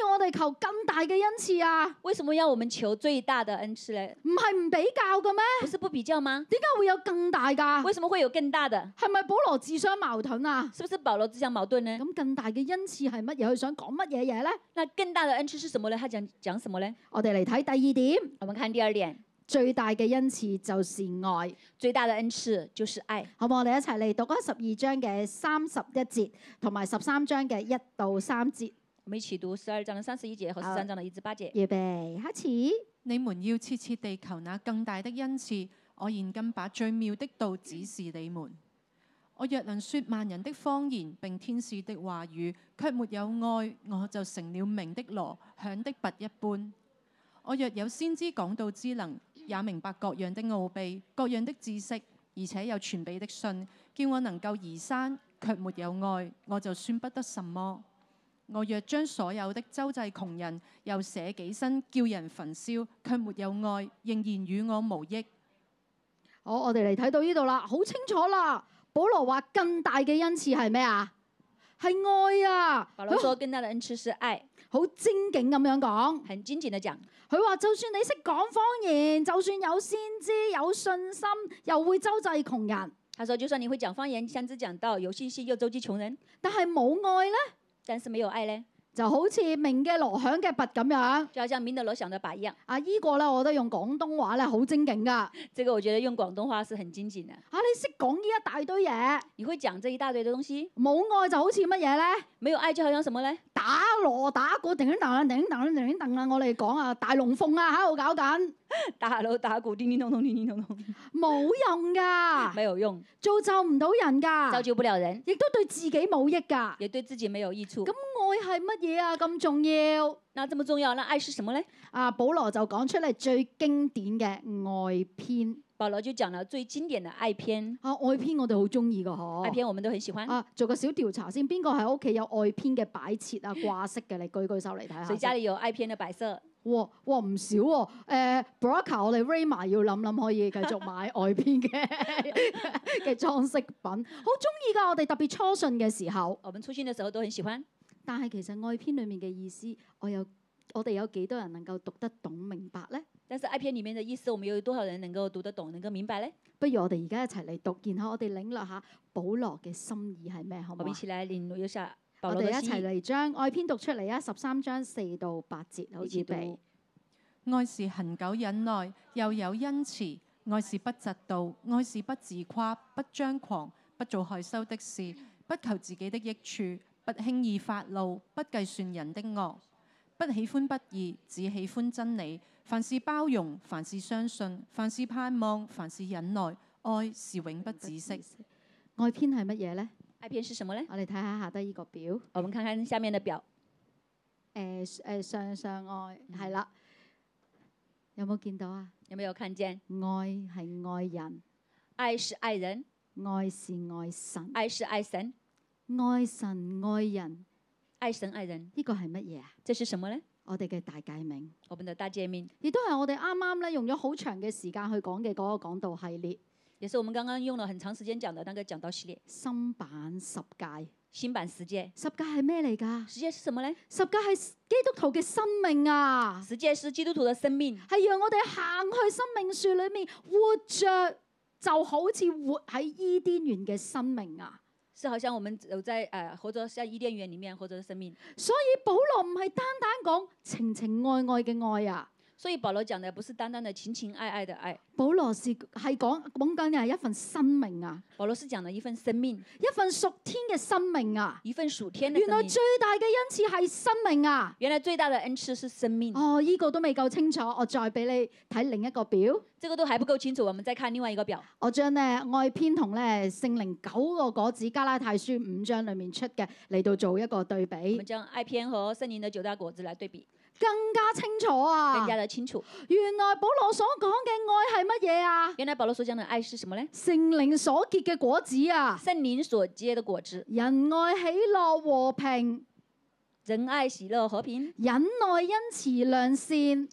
要我哋求更大嘅恩賜啊，
为什么要我们求最大的恩赐嘞？
唔係唔比較嘅咩？
不是不比较吗？
點解會有更大㗎？
为什么会有更大的？
係咪保羅自相矛盾啊？
是不是保罗自相矛盾呢？
咁更大嘅恩賜係乜嘢？佢想講乜嘢嘢咧？
那更大的恩赐是什么呢？他讲讲什么呢？
我哋嚟睇第二點，
我们看第二點，
最大嘅恩賜就是愛。
最大的恩赐就是愛。
好唔好？我哋一齊嚟讀啊十二章嘅三十一節，同埋十三章嘅一到三節。
我们一起读十二章的三十一节和十
好
三章的一至八节。
預備開始。
你們要切切地求那更大的恩賜，我現今把最妙的道指示你們。我若能說萬人的方言並天使的話語，卻沒有愛，我就成了鳴的鑼，響的鈸一般。我若有先知講道之能，也明白各樣的奧秘、各樣的知識，而且有傳備的信，叫我能夠移山，卻沒有愛，我就算不得什麼。我若將所有的周濟窮人，又捨己身叫人焚燒，卻沒有愛，仍然與我無益。
好，我哋嚟睇到呢度啦，好清楚啦。保羅話更大嘅恩賜係咩啊？係愛啊！
保罗
佢
说，更大的恩赐是愛，
好精警咁樣講，
很精簡的講。
佢話就算你識講方言，就算有先知、有信心，又會周濟窮人，
他说，就算你会讲方言、相知讲道、有信心又周济穷人，
但係冇愛咧，
但是没有愛嘞，
就好似鳴嘅鑼響嘅鈸咁樣。
就好像明德罗想的把一样。
啊，依、個咧，我覺得用廣東話咧好精警噶。啊，
这个我觉得用廣東話是很精簡的。
你識講呢一大堆嘢，
你会讲这一大堆的东西，
冇愛就好似乜嘢咧？
没有愛就好像什么嘞？ [laughs]
打鑼打鼓，叮叮噹噹，叮叮噹噹，叮叮噹噹，我哋講啊，大龍鳳啊，喺度搞緊。
打锣打鼓，叮叮咚咚，叮叮咚咚，
冇用噶，
没有用，
造就唔到人
造
噶，
就不了人，
亦都對自己冇益噶。
也对自己没有益处
咁。愛係乜嘢啊？咁重要
那这么重要，那爱是什么呢？
啊！保羅就講出嚟最經典嘅愛篇
保罗就讲了最经典的爱篇，
啊！愛篇我哋好中意噶嗬。
爱篇我们都很喜欢。
啊，做個小調查先，邊個喺屋企有愛篇嘅擺設啊、掛飾嘅？你舉舉手嚟睇下
谁
先。
家里有爱篇的摆设？
哇哇唔少喎、誒 Broca，我哋 Rayma 要諗諗可以繼續買外邊嘅嘅 [laughs] 裝飾品，好中意㗎。我哋特別初信嘅時候，
我们出信的时候都很喜欢。
但係其實愛篇裡面嘅意思，我有我哋有幾多人能夠讀得懂明白呢？
但是爱篇里面的意思，我们有多少人能够读得懂、能够明白嘞？
不如我哋而家一齊嚟讀，然後我哋領略下保羅嘅心意係咩，好唔好
我们一
啊？
起来领略一下保
我
罗
哋
的
一
心
齊
意。
嚟將愛篇讀出嚟啊！十三章四到八節，好
一
似
起
備
读。
愛是恒久忍耐，又有恩慈；愛是不嫉妒，愛是不自誇，不張狂，不做害羞的事，不求自己的益處，不輕易發怒，不計算人的惡，不喜歡不義，只喜歡真理。凡事包容，凡事相信，凡事盼望，凡事忍耐。愛是永不止息。。
愛篇係乜嘢呢？
爱篇是什么嘞？
我哋睇下下低呢個表。
我们看看下面的表，
誒誒上上愛係啦，有冇見到啊？
有没有看见？
愛係愛人，
爱是爱人，
愛是愛神，
爱是爱神，
愛神愛人
爱神爱人，
呢個係乜嘢啊？
这是什么嘞？
我哋嘅大誡命，
我们的大诫命，
亦都係我哋啱啱咧用咗好長嘅時間去講嘅嗰個講道系列
也是我们刚刚用了很长时间讲的那个讲道系列。
新版十戒。
新版十诫，
十戒係咩嚟㗎？
十诫是什么嘞？
十戒係基督徒嘅生命啊，
十诫是基督徒的生命，
係讓我哋行去生命樹裏面活着，就好似活喺伊甸園嘅生命啊！
是好像我们有在呃活着像伊甸园里面活着的生命。
保羅唔係單單講情情愛愛嘅愛啊，
所以保罗讲的不是單單的情情爱爱的爱，
保羅是係講講緊嘅係一份生命啊，
保罗是讲了一份生命，
一份屬天嘅生命啊。
一份属天的
原來
生命。
最大嘅恩賜係生命啊！
原来最大的恩赐是生命，
哦，依、個都未夠清楚，我再俾你睇另一個表。
这个都還不夠清楚，我们再看另外一個表。
我將咧愛篇同咧聖靈九個果子加拉太書五章裡面出嘅嚟到做一個對
我
比
們，將愛篇和聖靈的九大果子來對比，
更加清楚啊
更！加的清楚。
原來保羅所講嘅愛係乜嘢啊？
原來保罗所講的愛是什麼呢？
聖靈所結嘅果子啊！
聖靈所結的果子，
仁愛、喜樂、和平、
仁愛、喜樂、和平、
忍耐、恩慈、良善、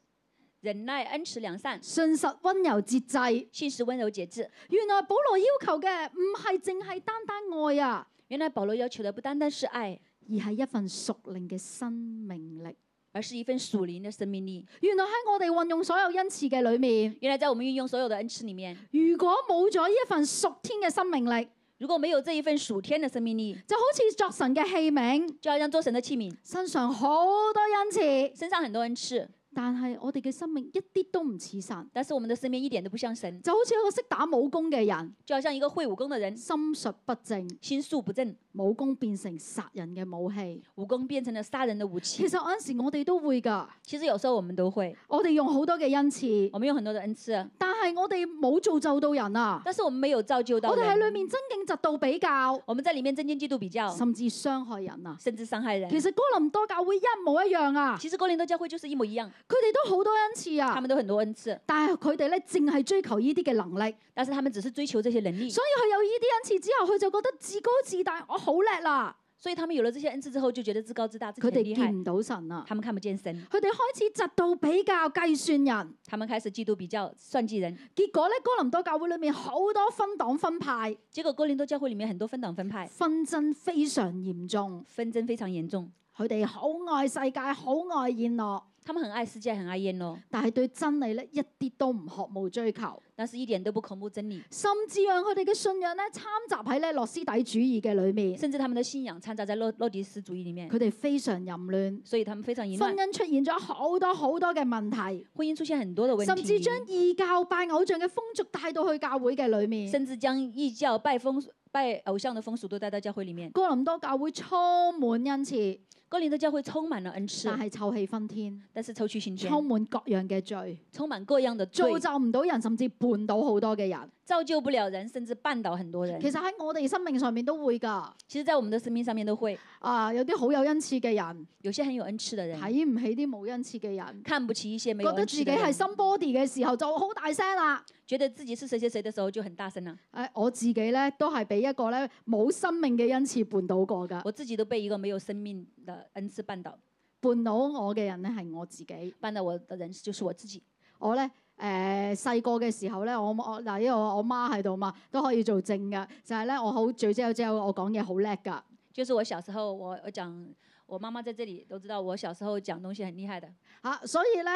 忍耐、恩慈、良善、
信實、温柔、節制。
信實、温柔、節制。
原來保羅要求嘅唔係淨係單單愛啊，
原來保羅要求的不單單是愛，
而係一份屬靈嘅生命力。
而是一份屬靈的生命力。
原來喺我哋運用所有恩賜嘅裏面，
原來在我們運用所有的恩賜裡面，
如果冇咗呢一份屬天嘅生命力，
如果沒有這一份屬天的生命力，
就好似作神嘅器皿，
就要像做神的器皿，
身上好多恩賜，
身上很多恩賜，
但係我哋嘅生命一啲都唔似神，
但是我們的身邊一點都不像神，
就好似一個識打武功嘅人，
就好像一個會武功的人，
心術不正。
心術不正，
武功變成殺人嘅武器。
武功變成了殺人的武器
其。實有陣時我哋都會㗎，
其實有時候我們都會，
我哋用好多嘅恩賜，
我們有很多的恩賜，
但係我哋冇造就到人啊！
但是我們沒有造就到
我哋喺裏
人。
面真競嫉妒比較，
我們在裡面针尖嫉妒比較，
甚至傷害人啊！
甚至傷害人
其。實哥林多教會一模一樣啊，
其實哥林多教會就是一模一樣，
佢哋都好多恩賜
他
啊，
們都很多恩賜，
但係佢哋咧淨係追求呢啲嘅能力，
但是他們只是追求這些能力，
所以佢有呢啲恩賜之後，佢就覺得自高自大，我好叻啦！
所以他們有了這些恩賜之後，就覺得自高自大，自己
佢
很
哋
厲害
見，唔到神啊，
他們看不見神，
佢哋開始嫉妒比較、計算人，
他們開始嫉妒比較、算計人。
結果咧哥林多教會裏面好多分黨分派。
結果哥林多教會裡面很多分黨分派，
紛爭非常嚴重，
紛爭非常嚴重，
佢哋好愛世界，好愛宴樂，
他們很愛世界，很哦愛宴樂，
但係對真理咧一啲都唔渴慕追求，
但是一點都不渴慕真理，
甚至讓佢哋嘅信仰咧參雜喺咧諾斯底主義嘅裏面，
甚至他們的信仰掺雜在洛洛迪斯主義裡面，
佢哋非常淫亂，
所以他們非常淫
婚
亂，
姻出現咗好多好多嘅問題，
婚姻出現很多的問題，
甚至將異教拜偶像嘅風俗帶到去教會嘅裏面，
甚至將異教拜風拜偶像的风俗都带到教会里面。
哥林多教會充滿恩賜，
哥林的教会充满了恩赐
但，係臭氣熏天，
但是抽取行
充
捐，
滿各樣嘅罪，
充满各样的罪
造，就唔到人，甚至絆倒好多嘅人。
造就不了人，甚至绊倒很多人
其。實喺我哋生命上面都會㗎。
其实，在我們的生命上面都會
啊，有啲好有恩賜嘅人
有些很有恩赐的人，
睇唔起啲冇恩賜嘅人，
看不起一些沒有
覺得
恩
自
賜
己
的
係
人，
somebody 嘅時候就好大聲啦。
覺得自己是誰誰誰的時候就很大聲啊了。
誒、我自己咧都係俾一個咧冇生命嘅恩賜絆倒過㗎，
我自己都被一個沒有生命的恩賜絆倒，
絆倒我嘅人咧係我自己。
絆倒我的人就是我自己。
我咧誒細個嘅時候咧，我我嗱因為我我媽喺度嘛，都可以做證㗎，就係、呢，咧我好最之有之我講嘢好叻㗎。
就是我小時候，我我講，我媽媽在這裡都知道，我小時候講東西很厲害的。
嚇、啊所以咧，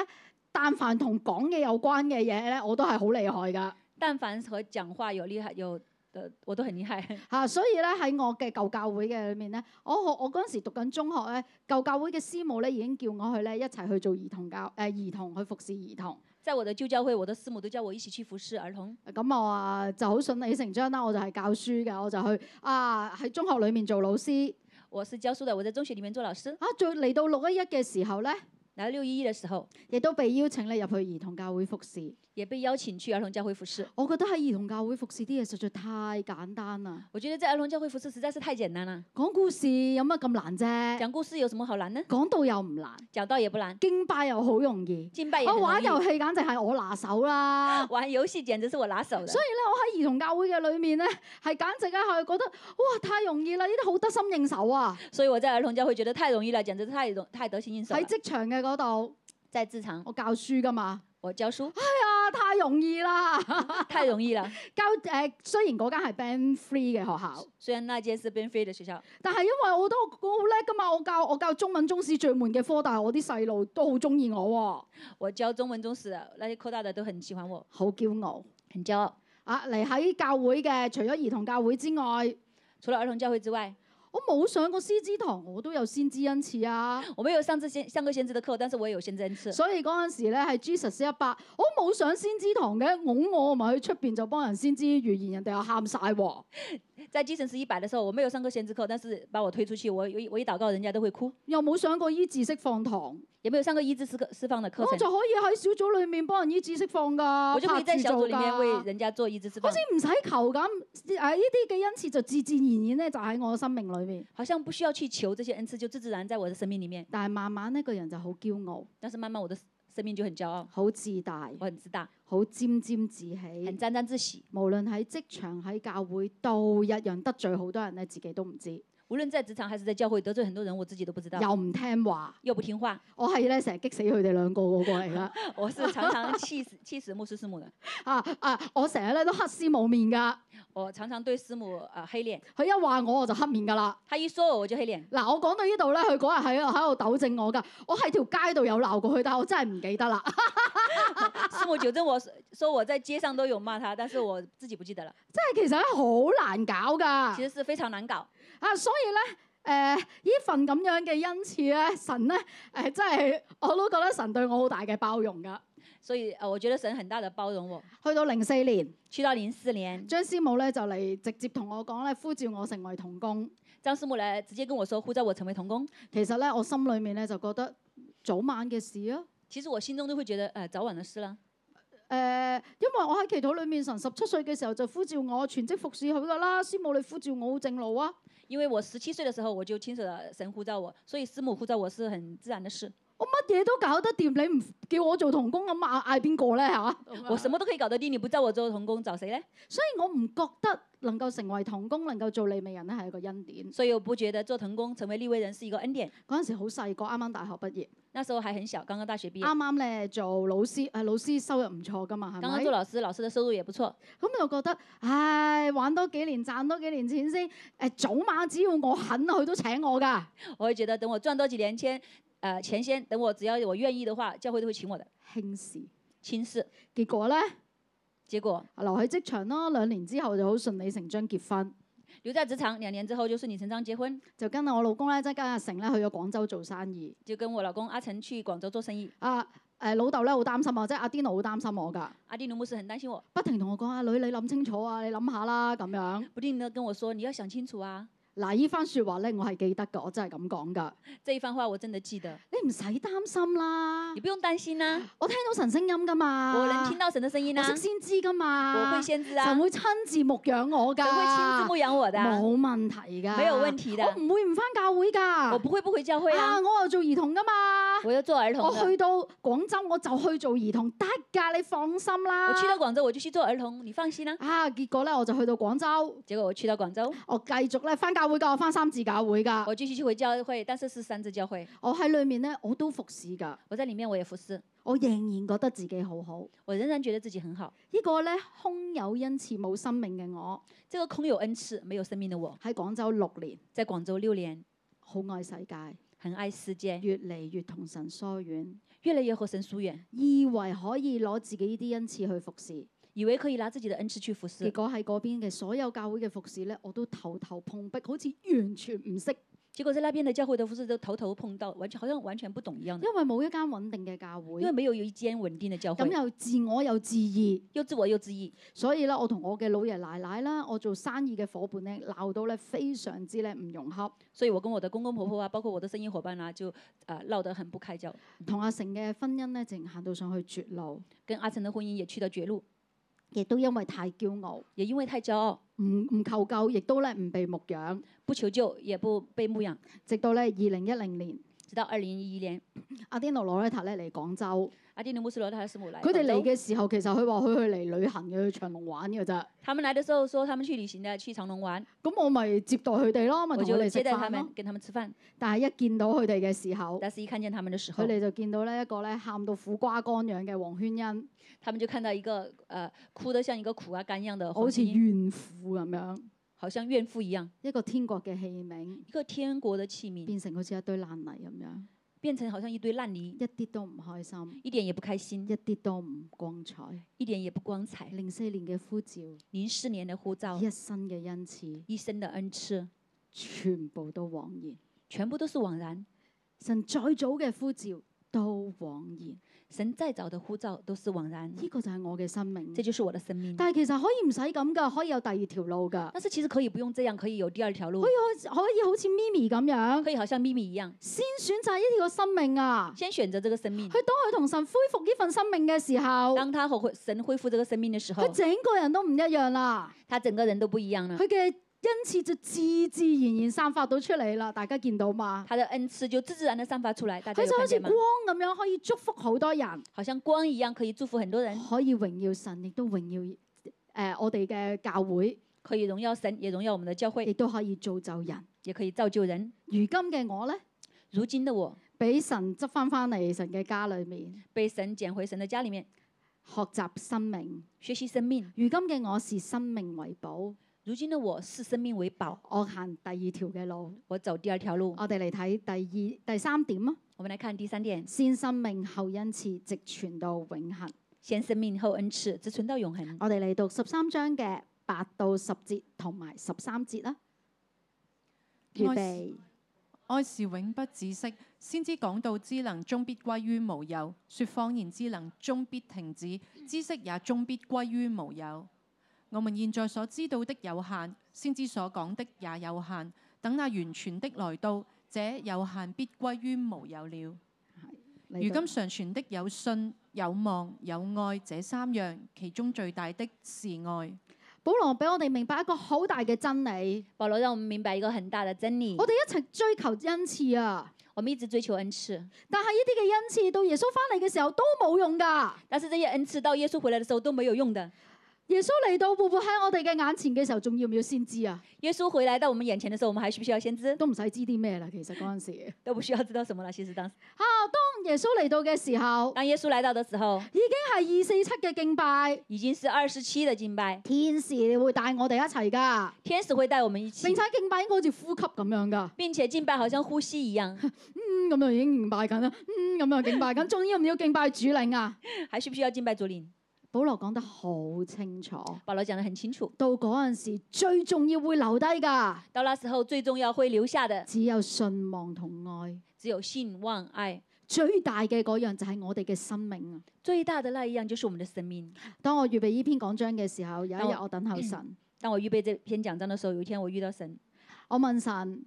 但凡同講嘢有關嘅嘢咧，我都係好厲害㗎。
但凡和講話有厲害有的，我都很厲害。 [laughs]
嚇、啊所以咧喺我嘅舊教會嘅裏面咧，我學我嗰陣時讀緊中學咧，舊教會嘅師母咧已經叫我去咧一齊去做兒童教誒、兒童去服侍兒童。
在我的舊教會，我的師母都叫我一起去服侍兒童。
咁我啊就好順理成章啦，我就係教書嘅，我就去啊喺中學裏面做老師。
我是教書的，我在中學裡面做老師。
啊，做嚟到六一一嘅時候咧，
然後六一一的時候，
亦都被邀請咧入去兒童教會服侍。
也被邀請去兒童教會服侍。
我覺得喺兒童教會服侍啲嘢實在太簡單啦，
我覺得在兒童教會服侍實在是太簡單了。
講故事有乜咁難啫？
講故事有什麼好難呢？
講道又唔難，
講道也不難，
敬拜又好容易。
敬拜也
我
很
玩
容易。。
遊戲簡直係我拿手啦
[laughs] 玩遊戲簡直是我拿手的
所。以咧，我喺兒童教會嘅裏面咧，係簡直咧係覺得哇太容易啦！呢啲好得心應手啊。
所以我在兒童教會覺得太容易了，簡直太容太得心應手了
喺。職場嘅嗰度，
在職場，
我教書噶嘛，
我教書
啊太容易啦！
太容易了。 [laughs]
教誒、雖然嗰間係 Band Free 嘅學校，
虽然那間是 Ben Free 的學校，
但係因為我都我好叻噶嘛，我教我教中文中史最悶嘅科，但係我啲細路都好中意我
我教中文中史的那些科大的都很喜歡我，
喎，好驕傲
很驕傲。
啊！嚟喺教會嘅，除咗兒童教會之外，
除了兒童教會之外，
我冇上過師資堂，我都有先知恩賜
[laughs]
啊！
我沒有上次先上過先知的課，但是我也有先知恩賜。
所以嗰陣時咧係 Jesus 一百，我冇上先知堂嘅，擁我咪去出邊就幫人先知預言，人哋又喊晒喎。
在基神是一百的時候，我沒有上過先知課，但是把我推出去，我我一我一禱告，人家都會哭。
又冇上過醫治釋放堂，
也沒有上過醫治釋課釋放的課
我
程，
就可以喺小組裏面幫人醫治釋放㗎，
我就可以在
拍住
小組
做
裡面為
㗎
人家做醫治釋
好
放
似，唔使求咁，誒呢啲嘅恩賜就自自然然咧就喺我生命裏面。
好像不需要去求這些恩賜，就自自然在我的生命裡面。
但係慢慢呢個人就好驕傲、
但是慢慢我的生命就很驕傲，
好自大、
我很自大，
好沾沾自
很
喜。
沾沾自喜。
無論喺職場、喺教會，都一樣得罪好多人咧，自己都唔知，
無論在職場還是在教會，得罪很多人，我自己都不知道，
又唔聽話。
又不聽話，
[laughs] 我係咧成日激死佢哋兩個嗰個嚟
[laughs]
啦。
我是常常气死气死牧师师母的，
啊啊！我成日咧都黑絲冇面㗎，
我常常對师母呃黑臉，
佢一話我我就黑面㗎啦。
他一說我我就黑臉。
嗱，我講到呢度咧，佢嗰日喺度喺度糾正我㗎，我喺條街度有鬧過佢，但係我真係唔記得啦。 [laughs]
师母糾正我說說我在街上都有罵他，但是我自己不記得了，
真係其實咧好難搞㗎。
其實是非常難搞。
啊，所以咧，誒、呢份咁樣嘅恩賜咧，神咧，誒、真係我都覺得神對我好大嘅包容噶。
所以呃，我覺得神很大的包容我。
去到零四年，
去到零四年，
張師母咧就嚟直接同我講咧，呼召我成為童工。
張師母來直接跟我說呼召我成為童工。
其實咧，我心裏面咧就覺得早晚嘅事啊。
其實我心中都會覺得呃早晚的事了，
誒、呃因為我喺祈禱裏面，神十七歲嘅時候就呼召我全職服侍佢噶啦。師母你呼召我好正路啊！
因為我十七歲的時候我就親手的神呼召我，所以師母呼召我是很自然的事，
我乜嘢都搞得掂，你唔叫我做童工啊咁嗌嗌邊個咧嚇？
我什麼都可以搞得定，你不叫我做童工找誰呢？
所以我唔覺得能夠成為童工，能夠做利未人咧係一個恩典。
所以我不覺得做童工成為利未人是一個恩典。
嗰陣時好細個，啱啱大學畢業，
那時候還很小，剛剛大學畢業，
啱啱咧做老師，誒老師收入唔錯噶嘛，係
剛剛做
咪？
老師，老師的收入也不錯。
咁就覺得，唉，玩多幾年賺多幾年錢先，誒、早晚只要我肯，佢都請我㗎。
我會覺得等我賺多幾年錢，呃，錢先，等我只要我願意的話，教會都會請我的。
輕視，
輕視，
結果咧
結果
留喺職場咯，兩年之後就好順理成章結婚，
留在職場兩年之後，就順理成章結婚，
就跟我老公咧即係跟阿成咧去咗廣州做生意。
就跟我老公阿成去廣州做生意。
啊，誒老豆咧好擔心啊，即係阿 Dino 好擔心我㗎，
阿蒂努牧师很担心我，
不停同我講阿女你諗清楚啊，你諗下啦咁樣。
不停的跟我说你要想清楚啊。
嗱，依番説話咧，我係記得㗎，我真係咁講㗎。
这一番话我真的记得，
你唔使擔心啦
你，不用担心啦、
我聽到神聲音㗎嘛，
我能听到神的声音啦、
我識先知㗎
我
嘛，
会先知啊，
神
神
會親自牧養我㗎，
会亲自牧养我的啊、
冇問題㗎，
没有问題的
我唔會唔翻教會㗎，
我不会不回教会啊，
啊，我又做兒童㗎嘛，
[laughs] 我要做儿童
我
的。
去到廣州我就去做兒童，得㗎，你放心啦。
我去到廣州我就去做兒童，你放心啦、
啊，結果咧我就去到廣州，
结果我去到廣州，
我繼續咧翻教會㗎，我翻三字教會㗎，
我继续去回教会，但是是三支教会，
我喺裏面咧我都服侍㗎，
我在里面我也服侍，
我仍然覺得自己好好。
我仍然觉得自己很好。
呢個咧空有恩賜冇生命嘅我
这個空有恩賜没有生命的我，
喺廣州六年，
在廣州六年，
好愛世界，
很愛世界，
越嚟越同神疏遠，
越来越和神疏遠，
以為可以攞自己呢啲恩賜去服侍，
以為可以拿自己的恩賜去服
結
侍，
果喺嗰邊嘅所有教會嘅服侍咧，我都頭頭碰壁，好似完全唔識，
結果在那邊的教會的服侍都頭頭碰到，完全好像完全不懂一樣的，
因為冇一間穩定嘅教
因為
會，
沒有有一間穩定的教會
咁，又自我又自義。
又自我又自義，
所以咧，我同我嘅老爺奶奶啦，我做生意嘅伙伴咧，鬧到咧非常之咧唔融洽，
所以我跟我的公公婆婆啊，包括我的生意伙伴啊，就啊鬧得很不開交，
同阿成嘅婚姻咧，淨行到上去絕路，
跟阿成的婚姻也去到絕路，
亦都因為太驕傲，
也因為太驕傲。
唔唔求救，亦都咧唔被牧養，
不求救，也不被牧养。
直到咧二零一零年，
直到二零一一年，
阿丁奴羅咧塔咧嚟廣州，
阿蒂努穆斯罗他的师母来，
佢哋嚟，嘅時候，其實佢話佢去嚟旅行嘅，去長隆玩嘅咋，
他们来的时候说他们去旅行的，去长隆玩，
咁我咪接待佢哋咯，咪啊
我
同佢
就
哋食
接待他
飯咯
们，。跟他们吃饭。
但係一見到佢哋嘅時候，
但是，一看见他们的时候
佢，哋就見到咧一個咧喊到苦瓜乾樣嘅黃圈欣，
他们就看到一个呃哭得像一个苦瓜干一样的
好
黄
似
金英，
怨婦咁樣。
好像怨妇一样，
一個天國嘅器皿，
一个天国的器皿
變成好似一堆爛泥咁樣，
变成好像一堆烂泥，
一啲都唔開心，
一点也不开心，
一啲都唔光彩。
一点也不光彩。
零四年嘅呼召，
零四年的呼召，
一生嘅恩賜，
一生的恩赐，
全部都枉然。
全部都是枉然。
神再早嘅呼召都枉然，呢、
神再早的呼召都是枉然，
個就係我嘅生命
这。就是我的生命。
但係其實可以唔使咁噶，可以有第二條路噶，
但是其实可以不用这样，可以有第二条路，
可以好似咪咪咁樣，
可以好像咪咪一样，
先選擇呢條生命啊。
先选择这个生命
佢。當佢同神恢復呢份生命嘅時候，
当他和神恢复这个生命的时候
佢，整個人都唔一樣啦。
他整个人都不一样了
佢，嘅恩賜就自自然然散發到出嚟啦，大家見到嘛？
他的恩赐就自自然的散发出来。大家
佢
有
就好
看
似
见吗
光？咁樣，可以祝福好多人，
好像光一样，可以祝福很多人，
可以榮耀神，亦都榮耀誒、呃我哋嘅教會，
可以荣耀神，也荣耀我们的教
亦
会，
都可以造就人。
也可以造就人。
如今嘅我呢，
如今的我
俾神執翻翻嚟神嘅家裏面，
被神捡回神的家里面，
學習生命。
学习生命。
如今嘅我視生命為寶，
如今的我视生命为宝，
我行第二條嘅路。
我走第二条路。
我哋嚟睇第二、第三點啊，
我们来看第三点：
先生命後恩賜，直傳到永恆。
先生命，后恩赐，只存到永恒。
我哋嚟讀十三章嘅八到十節同埋十三節啦。預備，
愛是永不止息，先知講道之能終必歸於無有，說方言之能終必停止，知識也終必歸於無有。我們現在所知道的有限，先知所講的也有限，等那完全的來到，這有限必歸於無有了。
嚟
如
到
今常存的有信、有望、有愛這三樣，其中最大的是愛。
保羅俾我哋明白一個好大嘅真理，
保罗让我们明白一个很大的真
嗯
理
我，哋一齊追求恩賜啊！
我们一直追求恩赐，
但係呢啲嘅恩賜到耶穌翻嚟嘅時候都冇用㗎。
但是这些恩赐到耶稣回来的时候都没有用的。
耶穌嚟到活活喺我哋嘅眼前嘅時候，仲要唔要先知啊？
耶稣回来到我们眼前的时候，我们还需不需要先知？
都唔使知啲咩啦，其實嗰陣時。
都不需要知道什么了。其实当
啊，當耶穌嚟到嘅時候，
当耶稣来到的时候，
已經係二四七嘅敬拜，
已经是二十七的敬拜，
天使會帶我哋一齊㗎。
天使会带我们一起
並，且敬拜應該好似呼吸咁樣㗎。
并且敬拜好像呼吸一样，
嗯，咁就已經敬拜緊啦，嗯，咁就敬拜緊，仲要唔要敬拜主領啊？
还需不需要敬拜主领？
保羅講得好清楚，
保罗讲得很清楚，
到嗰陣時最重要會留低㗎，
到那时候最重要会留下的
只有信望同愛，
只有信望爱，
最大嘅嗰樣就係我哋嘅生命啊！
最大的那一样就是我们的生命。
當我預備呢篇講章嘅時候，有一
當
日
我
我等候 [clears throat] 神，
当我预备这篇讲章的时候，有一天我遇到神，
我問神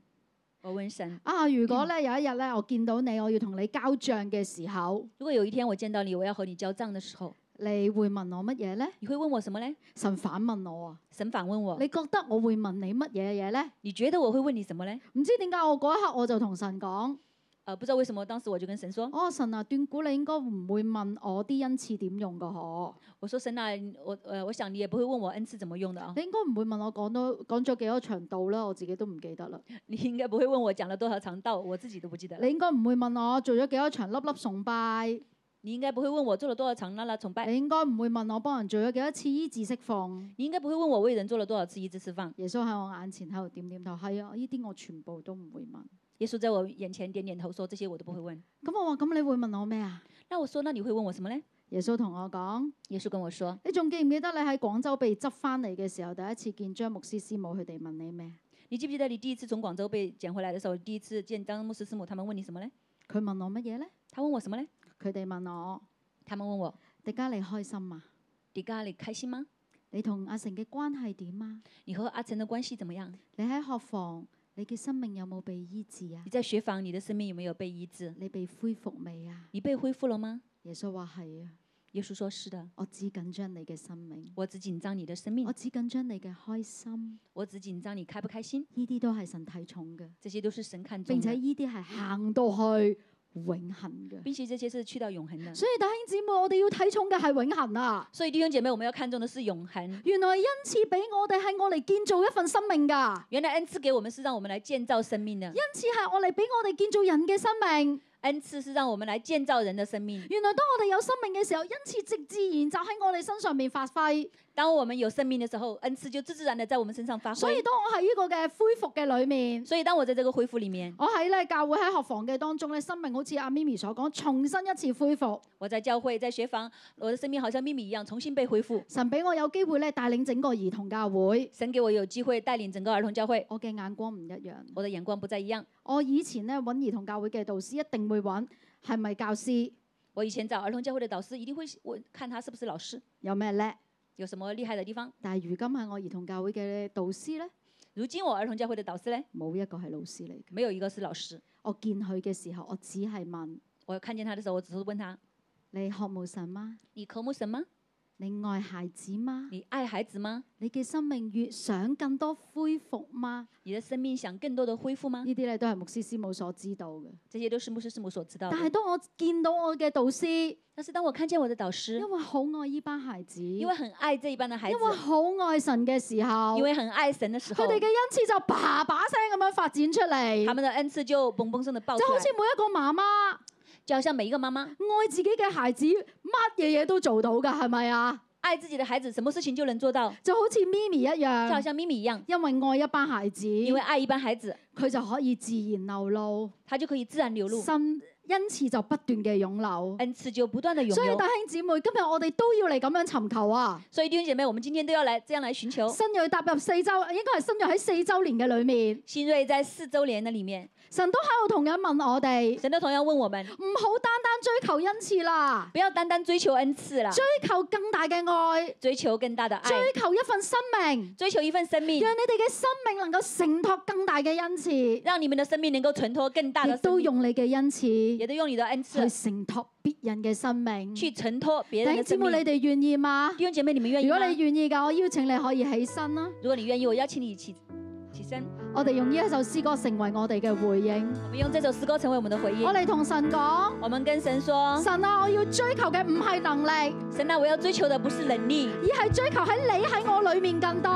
我问神：
啊，如果咧有一日咧我見到你，我要同你交賬嘅時候，
如果有一天我见到你，我要和你交账的时候，
你會問我乜嘢咧？
你会问我什么呢？
神反問我啊，
神反问我
你，覺得我會問你乜嘢嘢咧？
你觉得我会问你什么呢？
唔知點解我嗰一刻我就同神講：，
呃，不知道为什麼，當時我就跟神說：
哦，神啊，斷估你應該唔會問我啲恩賜點用噶嗬，
我說神啊，我呃，我想你也不會問我恩賜怎麼用的啊， [laughs]
你應該唔會問我講多講咗幾多場道啦，我自己都唔記得啦。
你應該不會問我講了多少長道，我自己都不記得了。
你應該唔會問我做咗幾多場粒粒崇拜，
你應該不會問我做了多少長啦啦崇拜，
你應該唔會問我幫人做咗幾多次醫治釋放。
你應該不會問我為人做了多少次醫治釋放。
耶穌喺我眼前喺度點點頭，係啊，呢啲我全部都唔會問。
耶穌在我眼前點點頭說：這些我都不會問。
咁我話：咁你會問我咩啊？
那我說：那你會問我什麼呢？
耶穌同我講：
耶穌跟我說：
你仲記唔記得你喺廣州被執翻嚟嘅時候，第一次見張牧師師母佢哋問你咩？
你記不記得你第一次從廣州被捡回來的時候，第一次見當牧師師母，他們問你什麼呢？
佢問我乜嘢呢？
他問我什麼呢？
佢哋問我：
他們問我：
迪加你開心嘛？
迪迦，你開心嗎？
你同阿成嘅關係點啊？
你和阿成的關係怎麼樣？
你喺學房，你嘅生命有冇被醫治啊
你？在學房，你的生命有沒有被醫治？
你被恢復未啊？
你被恢復了嗎？
耶穌話係啊，
耶穌說：是的，
我只緊張你嘅生命，
我只緊張你的生命
我，只緊張你嘅開心，
我只緊張你開不開心，
呢啲都係神睇重嘅，
這些都是神看重
並且
的，
呢啲係行到去永恆嘅。
並且這些是去到永恆的。
所以弟兄姊妹，我哋要睇重嘅係永恆啊！
所以弟兄姐妹，我們要看重的是永恆。
原來恩賜俾我哋係我嚟建造一份生命㗎，
原來恩賜給我們是讓我們來建造生命的，
恩賜係我嚟俾我哋建造人嘅生命。
恩賜是讓我們來建造人的生命。
原來當我哋有生命嘅時候，恩賜直自然就喺我哋身上面發揮。
當我們有生命的時候，恩賜就自自然的在我們身上發揮。
所以，當我喺呢個嘅恢復嘅裏面，
所以當我在這個恢復裡面，
我喺咧教會喺學房嘅當中咧，生命好似阿咪咪所講，重新一次恢復。
我在教會、在學房，我的生命好像秘密一樣重新被恢復。
神俾我有機會咧帶領整個兒童教會，
神給我有機會帶領整個兒童教會，
我嘅眼光唔一樣。
我的眼光不再一樣。
我以前咧揾兒童教會嘅導師，一定會揾係咪教師，
我以前找兒童教會的導師，一定會我看他是不是老師，
有咩叻。
有什麼厲害的地方。
但係如今喺我兒童教會嘅導師咧，
如今我兒童教會的導師呢，
冇一個係老師嚟嘅。
沒有一個是老師。
我見佢嘅時候，我只係問
我看見他的時候，我只是問他：
你渴慕神嗎？
你渴慕神嗎？
你愛孩子嗎？
你愛孩子嗎？
你嘅生命越想更多恢復嗎？
你的生命想更多的恢復嗎？
呢啲咧都係牧師師母所知道嘅。
這些都是牧師師母所知道
但係
的。
當我見到我嘅導師，
但是當我看見我的導師
因，為好愛呢班孩子，
因
因
為很愛這一班的孩子，
為好愛神嘅時候
因，為很愛神的時
佢
候，
哋嘅恩賜就叭叭聲咁樣發展出嚟，
他們的恩賜就嘣嘣聲的爆出
就好
來
似，每一個媽媽
就好像每一個媽媽
愛自己嘅孩子，乜嘢嘢都做到㗎，係咪啊？
愛自己的孩子，什麼事情就能做到，
就好似咪咪一
就好
樣，
像咪咪一樣，
因為愛一班孩子，
因為愛一班孩子，
佢就可以自然流露，
他就可以自然流露，
心恩賜就不斷嘅湧流。
恩賜就不斷的湧
所以
流
弟。兄姊妹，今日我哋都要嚟咁樣尋求啊！
所以弟兄姐妹，我們今天都要來這樣來尋求。
新锐踏入四周，應該係新锐喺四周年嘅裏面，
新锐在四周年的裡面，
神都喺度同樣問我哋，
神都同樣問我們，
唔好單單追求恩賜啦，
不要單單追求恩賜啦，
追求更大嘅愛，
追求更大的愛，
追求一份生命，
追求一份生命，
讓你哋嘅生命能夠承托更大嘅恩賜，
让你们的生命能夠存托更大的
亦
生
都
命，
用你嘅恩賜
也都用你的恩
去
賜
承托別人嘅生命。
去承托別
弟
人
兄
的
姊
生
妹，
命。
你哋願意嗎？
弟兄姐妹，你們願意
如
嗎
果？你願意嘅，我邀請你可以起身啦。
如果你願意，我邀請你起起身，
我哋用呢一首詩歌成為我哋嘅回應。
我們用這首詩歌成為我們的回應
我。哋同神講：
我們跟神說：
神啊，我要追求嘅唔係能力，
神啊，我要追求的不是能力，
而係追求喺你喺我裏面更多，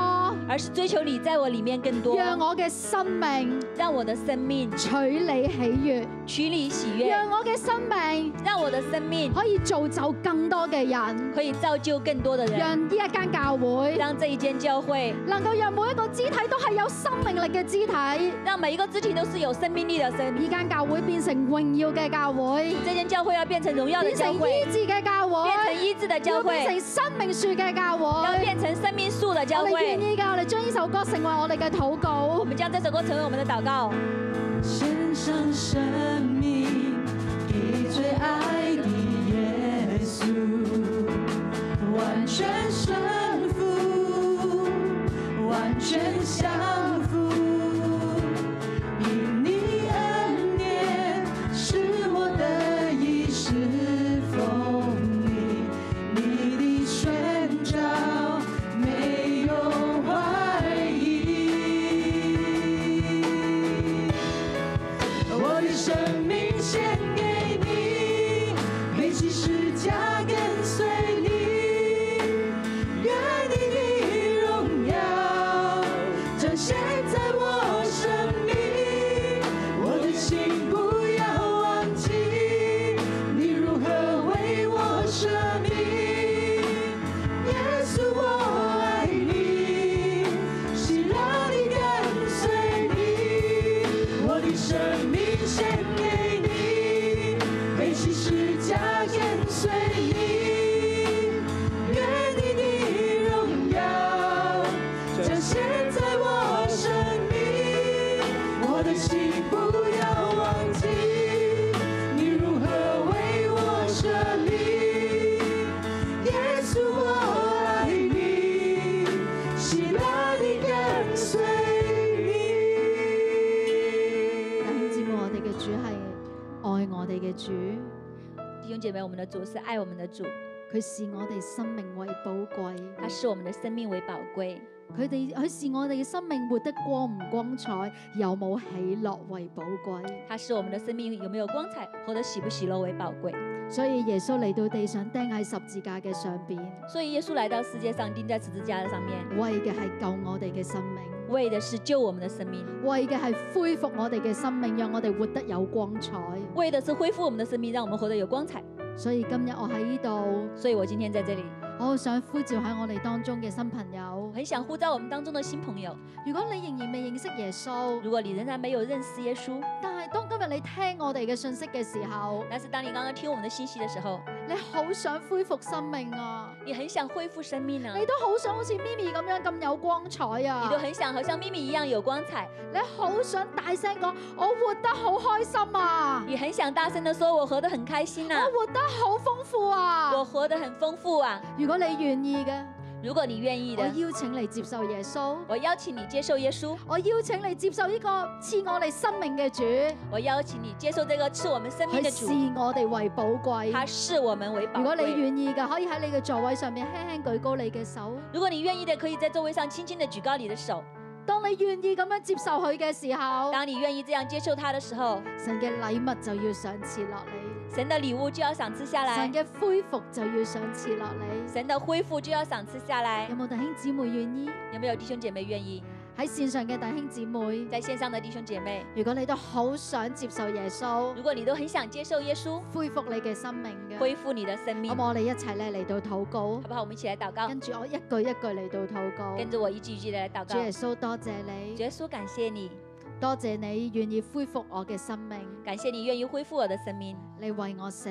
而是追求你在我裡面更多，
讓我嘅生命
讓我的生命
取你喜悦，
取你喜悅，
讓我嘅生命
讓我的生命
可以造就更多嘅人，
可以造就更多的人，
讓呢一間教會
讓這一間教會，
能夠讓每一個肢體都係有生命力嘅肢體，
讓每一個肢體都是有生命力的生命。
呢間教會變成榮耀嘅教會，
這間教會要變成榮耀的
變
教
成
會，
醫治嘅教
變
會。
成醫治的教
要
會
變。成生命樹嘅教
要
會。
变成生命树的教
我哋願
会。
意嘅，我哋將呢首歌成為我哋嘅禱
我
告。
们将这首歌成为我们的祷告。
献上生命，以最献给你，背起十字架跟随你，愿你的荣耀彰显在我生命，我的心不要忘记，你如何为我舍命。耶稣，我爱你，喜乐地跟随你，我的生命献给你，背起十字架跟随你，愿你的荣耀彰显在我生命，我的心不要忘记，你如何为我舍命。耶稣，我爱你，喜乐地跟随你
弟。兄姊妹，我哋嘅主係愛我哋嘅主，
弟兄姐妹，我们的主是爱我们的主，
佢視我哋生命為寶貴。
他视我们的生命为宝贵，
佢哋佢視我哋嘅生命活得光唔光彩，有冇喜樂為寶貴。
他视我们的生命有没有光彩，活得喜不喜乐为宝贵。
所以耶穌嚟到地上釘喺十字架嘅上邊，
所以耶稣来到世界上，钉在十字架上面，
為嘅係救我哋嘅生命，
为的是救我们的生命，
為嘅係恢復我哋嘅生命，讓我哋活得有光彩。
为的是恢复我们的生命，让我们活得有光彩。
所以今日我喺呢度，
所以我今天在这里，
我好想呼召喺我哋當中嘅新朋友
我。很想呼召我们当中的新朋友，
如果你仍然未認識耶穌，
如果你仍然没有认识耶稣，
但係當今日你聽我哋嘅信息嘅時候，
但是当你刚刚听我们的信息的时候，
你好想恢復生命啊！
你很想恢复生命呢、啊
你都好想好似咪咪咁樣咁有光彩啊！
嗯你都很想好像咪咪一样有光彩，
你好想大聲講，我活得好開心啊！
你很想大声的说：“我活得很开心呐、
我活得好豐富啊！
嗯啊我活得很丰富啊
如果你願意嘅，！”
如果你愿意
我
的，
邀請你接受耶穌，
我邀请你接受耶稣，
我邀請你接受呢個賜我哋生命嘅主，
我邀请你接受这个赐我们生命的
佢
主，
視我哋為寶
他
貴。
视我们为宝
如果你
贵。
願意嘅，可以喺你嘅座位上面輕輕舉高你嘅手。
如果你愿意的，可以在座位上轻轻的举高你的手。
當你願意咁樣接受佢嘅時候，
当你愿意这样接受他的时候，
神嘅禮物就要上賜落嚟，
神的礼物就要赏赐下来
神，嘅恢復就要上賜落嚟。
神的恢复就要赏赐下来
有。冇弟兄姊妹願意？
有没有弟兄姐妹愿意？
喺線上嘅弟兄姊妹。
在线上的弟兄姐妹，
如果你都好想接受耶穌，
如果你都很想接受耶稣，
恢復你嘅生命嘅，
恢复你的生命，
咁
好
我哋一齊咧嚟到禱告，
不好？我们一起来祷告，
跟住我一句一句嚟到禱
跟
告。
着我一句一句的来祷告
主。耶穌，多謝
主
你，
耶稣，感谢你，
多謝你願意恢復我嘅生命，
感谢你愿意恢复我的生命，
你為我死，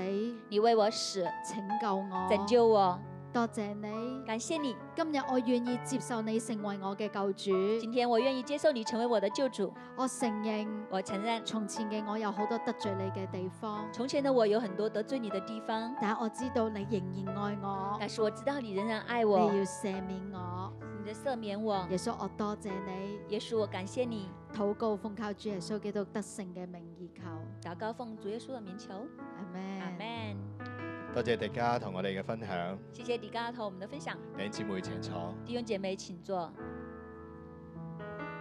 你为我死，
拯救我，
拯救我，
多謝你，
感谢你。
今日我願意接受你成為我嘅救主，
今天我愿意接受你成为我的救主，
我承認
我承认
從前嘅我有好多得罪你嘅地方，
从前的我有很多得罪你的地方，
但我知道你仍然愛我
但，是我知道你仍然爱
你
我，
要赦免我，
你的赦免我。
耶穌，我多謝你。
耶稣，我感谢你。
祷告奉靠主耶稣基督得胜嘅名而求，
祷告奉主耶稣的名求，
阿
阿
咩？
门。
多謝迪加同我哋嘅分享，
谢谢迪加头我们的分享，
弟兄姊妹請坐。
弟兄姐妹请坐。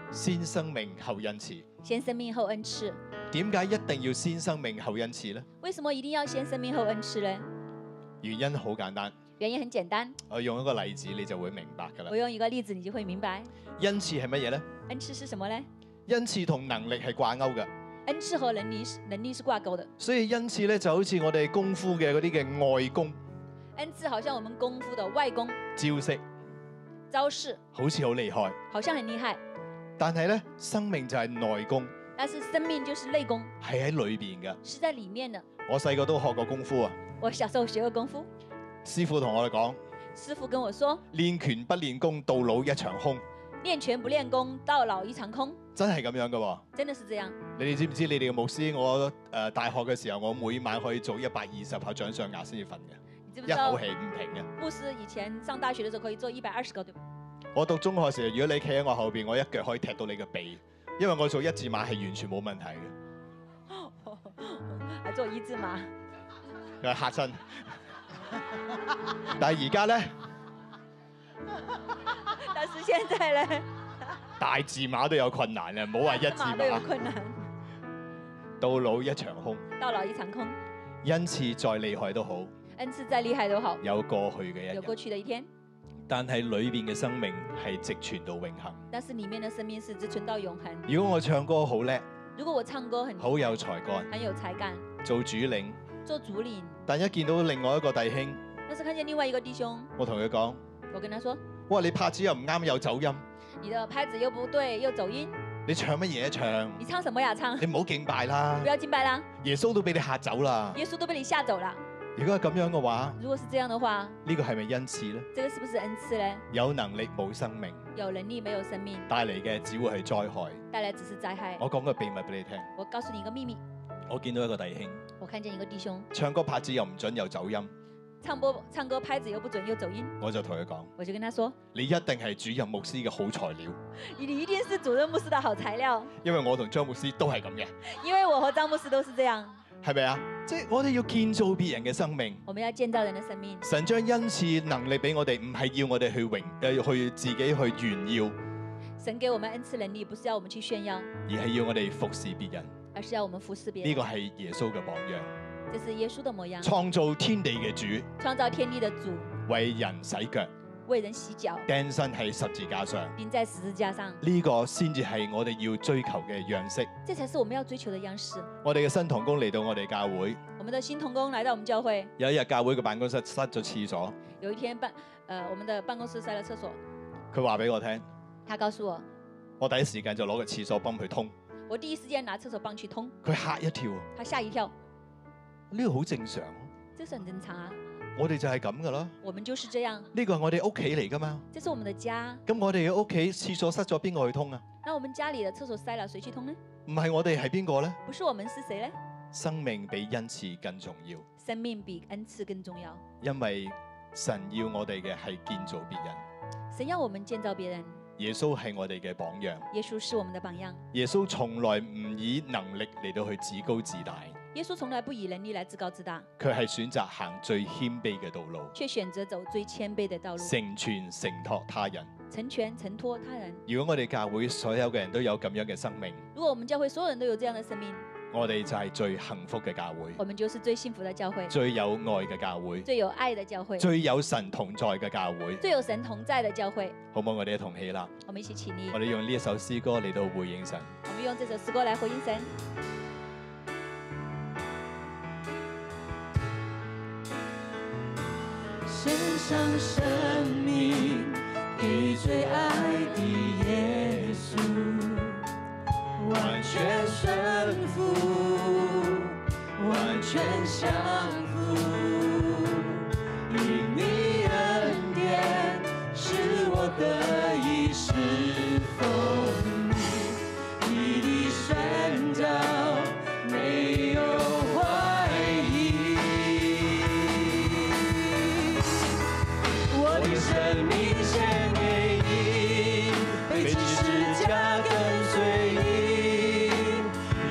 先生命後恩慈，
先生命后恩赐，
點解一定要先生命後恩慈呢？
为什么一定要先生命后恩赐呢？
原因好簡單，
原因很简单，
我用一個例子你就會明白㗎
我
啦。
用一个例子你就会明白。
恩慈係乜嘢呢？
恩赐是什么呢？
恩慈同能力係掛鈎嘅，
恩赐和能力是能力是挂钩的。
所以恩慈咧就好似我哋功夫嘅嗰啲嘅外功
恩赐好像我们功夫的外功
招式，
招式，
好似好厲害，
好像很厉害，
但係咧生命就係內功，
但是生命就是内功，
係喺裏邊嘅。
是在里面的。
我細個都學過功夫啊，
我小时候学过功夫，
師傅同我哋講：
师傅跟我说，
練拳不練功，到老一場空，
练拳不练功，到老一场空，
真係咁樣嘅喎、
真的是这样。
你哋知唔知你哋嘅牧師？我誒、呃大學嘅時候，我每晚可以做一百二十下掌上壓先至瞓嘅，
你知不
一
知道
口？氣唔停嘅。
牧师以前上大学的时候可以做一百二十个， [laughs] 对吧？
我讀中學時候，如果你企喺我後邊，我一腳可以踢到你嘅鼻，因為我做一字馬係完全冇問題嘅。
还做一字马。
佢係嚇 [laughs] 親，但係而家咧
但是现在呢，
啊大字馬都有困難嘅，唔好話一字
马都有
馬。
困难。
到老一場空。
到老一场空。
恩賜再厲害都好，
恩赐再厉害都好，
有過去嘅一
有
日
过，去的一天，
但係裏邊嘅生命係直傳到永恆。
但是里面的生命是直存到永恒。
如果我唱歌好叻，
如果我唱歌很
好有才幹，
很有才干，
做主領，
做主领，
但一見到另外一個弟兄，
但是看见另外一个弟兄，
我同佢講：，
我跟他说，
哇，你拍子又唔啱，又走音，
你的拍子又不对，又走音，
你唱乜嘢唱？
你唱什么呀唱？ [laughs]
你唔好敬拜啦
不，要敬拜啦，
耶穌都俾你嚇走啦。
耶稣都被你吓走了。
如果係咁樣嘅話，
如果是这样的话，
呢個係咪恩賜呢？
这个是不是恩赐嘞？
有能力冇生命，
有能力没有生命，
帶嚟嘅只會係災害。
带来只是灾害。
我講個秘密俾你聽，
我告诉你一个秘密，
我見到一個弟兄
我看见一个弟兄
唱歌拍子又唔準又走音，
唱播唱歌拍子又不准又走音，
我就同佢講：
我就跟他说，
你一定係主任牧師嘅好材料，
你你一定是主任牧师的好材料，
因為我同張牧師都係咁嘅，
因为我和张牧师都是这样。
係咪啊？即係我哋要建造別人嘅生命。
我们要建造人的生命，
神將恩賜能力俾我哋，唔係要我哋去榮誒、去自己去炫耀，
神给我们恩赐能力，不是要我们去炫耀，
而係要我哋服侍別人。呢、
而是要我们服侍别
個
人。
係耶穌嘅榜樣，
这是耶稣的模样，
創造天地嘅主，
创造天地的主，
為人洗腳，
为人洗脚，
釘身喺十字架上。
钉在十字架上，
呢、個先至係我哋要追求嘅樣式。
这才是我们要追求的样式。
我哋嘅新堂工嚟到我哋教會，
我们的新童工来到我们教会，
有一日教會嘅辦公室塞咗廁所，
有一天办，呃，我们的办公室塞了厕所，
佢話俾我聽，
他告诉我，
我第一時間就攞個廁所泵去通，
我第一时间拿厕所棒去通，
佢嚇一跳，
他吓一跳，
呢、個好正常，
这是很正常啊，
我哋就係咁噶啦。
我们就是这样，
呢個係我哋屋企嚟噶嘛，
这是我们的家。
咁我哋嘅屋企廁所塞咗邊個去通啊？
那我们家里的厕所塞了，谁去通呢？
唔係我哋係邊個呢？
不是我们是谁嘞？
生命比恩賜更重要，
生命比恩赐更重要。
因為神要我哋嘅係建造別人。
神要我们建造别人，
耶穌係我哋嘅榜樣，
耶稣是我们的榜样。
耶穌從來唔以能力嚟到去自高自大。
耶稣从来不以能力来自高自大，
佢係選擇行最謙卑嘅道路，
却选择走最谦卑的道路，
成全承托他人。
成全承托他人。
如果我哋教會所有嘅人都有咁樣嘅生命，
如果我们教会所有人都有这样的生命，
我哋就係最幸福嘅教會，
我们就是最幸福的教会，
最有愛嘅教會，
最有爱的教会，
最有神同在嘅教會。
最有神同在的教会。
好唔好？我哋一同起啦，
我们一起起立
我，哋用呢一首詩歌嚟到回應神。
我们用这首诗歌来回应神。
献上生命给最爱的耶稣，完全顺服，完全降服，因你恩典是我得以侍奉你，你的宣告没有怀疑。我的生命献给你，背起十字架跟随你，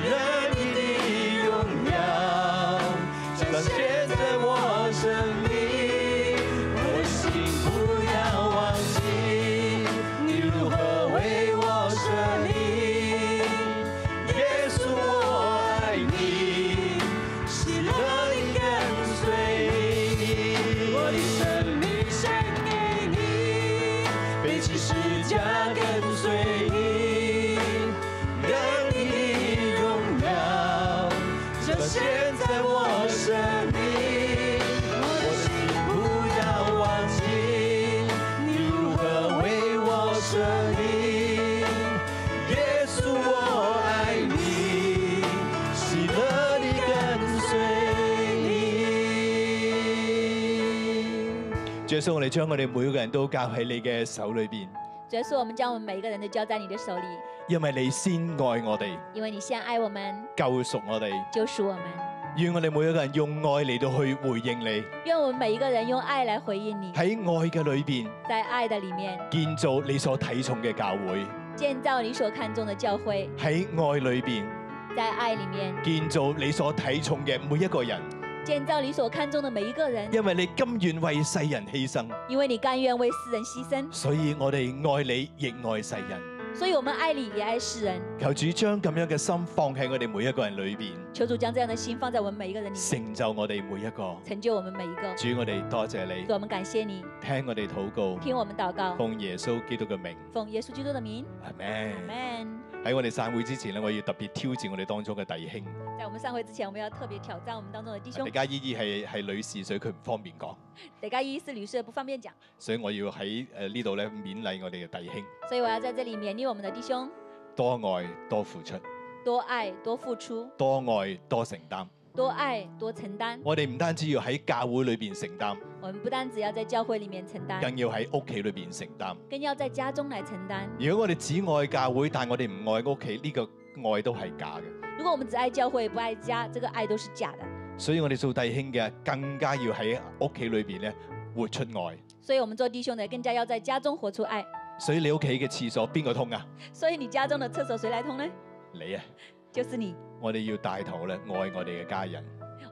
让你的荣耀彰显在我生命。我的心不要忘记，你如何为我舍命。耶稣，我爱你，喜乐地跟随你，我的生命献给你，背起十字架跟随你，让你的荣耀彰显在我生命。我的心不要忘记，你如何为我舍命。耶稣，我爱你，喜乐地跟随你。
主耶穌，我哋將我哋每個人都交喺你嘅手裏邊，
主要是我们将我们每一个人都交在你的手里，
因為你先愛我哋，
因为你先爱我们，
救贖我哋，
救赎我们。
願我哋每一個人用愛嚟到去回應你，
愿我们每一个人用爱来回应你，
喺愛嘅裏邊
在爱的里面
建造你所睇重嘅教會，
建造你所看重的教会，
喺愛裏邊。
在爱里面
建造你所睇重嘅每一個人，
建造你所看重的每一个人，
因為你甘願為世人犧牲，
因为你甘愿为世人牺牲，
所以我哋愛你，亦愛世人。
所以我们爱你也爱世人。
求主將咁樣嘅心放喺我哋每一個人裏邊，
求主将这样的心放在我们每一个人里面，
成就我哋每一個。
成就我们每一个。
主，我哋多謝你
主，，我们感谢你，
聽我哋禱告，
听我们祷告，
奉耶穌基督嘅名，
奉耶稣基督的名，
阿
阿
m
门。
喺我哋散會之前咧，我要特別挑戰我哋當中嘅弟兄。
在我们散会之前，我们要特别挑战我们当中的弟兄
李。嘉依依係係女士，所以佢唔方便講，
得该一是女士不方便讲，
所以我要喺誒呢度咧勉勵我哋嘅弟兄，
所以我要在这里勉励我们的弟兄，
多愛多付出，
多爱多付出，
多愛多承擔。
多爱多承担。
我哋唔單止要喺教會裏邊承擔，
我们不单只要在教会里面承担，
更要喺屋企裏邊承擔。
更要在家中来承担。
如果我哋只愛教會，但我哋唔愛屋企，呢、個愛都係假嘅。
如果我们只爱教会不爱家，这个爱都是假的。
所以我哋做弟兄嘅，更加要喺屋企裏邊咧活出愛。
所以我们做弟兄的更加要在家中活出爱。
所以你屋企嘅廁所邊個通啊？
所以你家中的厕所谁来通呢？
你啊！
就是你。
我哋要帶頭咧愛我哋嘅家人，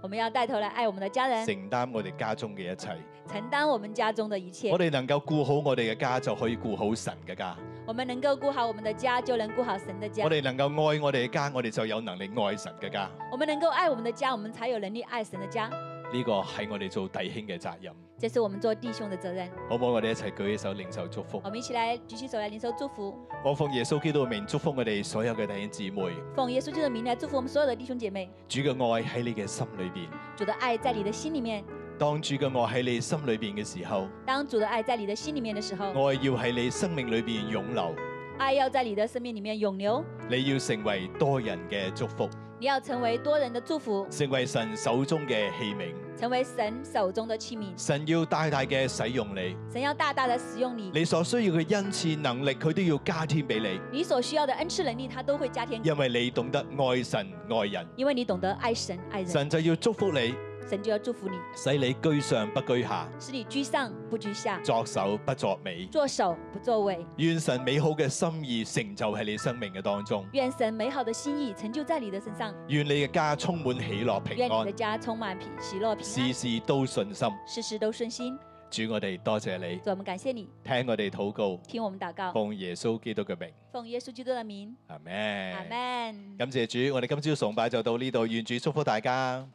我们要带头来爱我们的家人，
承擔我哋家中嘅一切。
承担我们家中的一切
我。哋能夠顧好我哋嘅家，就可以顧好神嘅家。
我们能够顾好我们的家，就能顾好神的家
我。哋能夠愛我哋嘅家，我哋就有能力愛神嘅家。
我们能够爱我们的家，我们才有能力爱神的家。
呢個係我哋做弟兄嘅責任，
这是我们做弟兄的责任。
好唔好？我哋一齊舉起手領受祝福
我。们一起来举起手来领受祝福，
我奉耶穌基督嘅名祝福我哋所有嘅弟兄姊妹。
奉耶稣基督的名来祝福我们所有的弟兄姐妹。
主嘅愛喺你嘅心裏邊，
主的爱在你的心里面，
當主嘅愛喺你心裏邊嘅時候，
当主的爱在你的心里面的時候，
愛要喺你生命裏邊湧流。
爱要在你的生命里面涌流。
你要成為多人嘅祝福，
你要成为多人的祝福，
成為神手中嘅器皿。
成为神手中的器皿。
神要大大嘅使用你，
神要大大的使用你，
你所需要嘅恩賜能力，佢都要加添俾你，
你所需要的恩赐能力，他都会加添给
因
你，
為你懂得愛神愛人，
因为你懂得爱神爱人，
神就要祝福你，
神就要祝福你，
使你居上不居下，
使你居上不居下，
作首不作尾。
作首不作尾。
願神美好嘅心意成就喺你生命嘅當中，
愿神美好的心意成就在你的身上，
願你嘅家充滿喜樂平
愿你的
安，
家充满平喜乐平
事
安，
事都順心。
事事都顺心。
主，我哋多謝你，
主，我们感谢你，
聽我哋禱告，
听我们祷告，
奉耶穌基督嘅名，
奉耶稣基督的名，
阿咩？
阿门。
感謝主，我哋今朝崇拜就到呢度，願主祝福大家。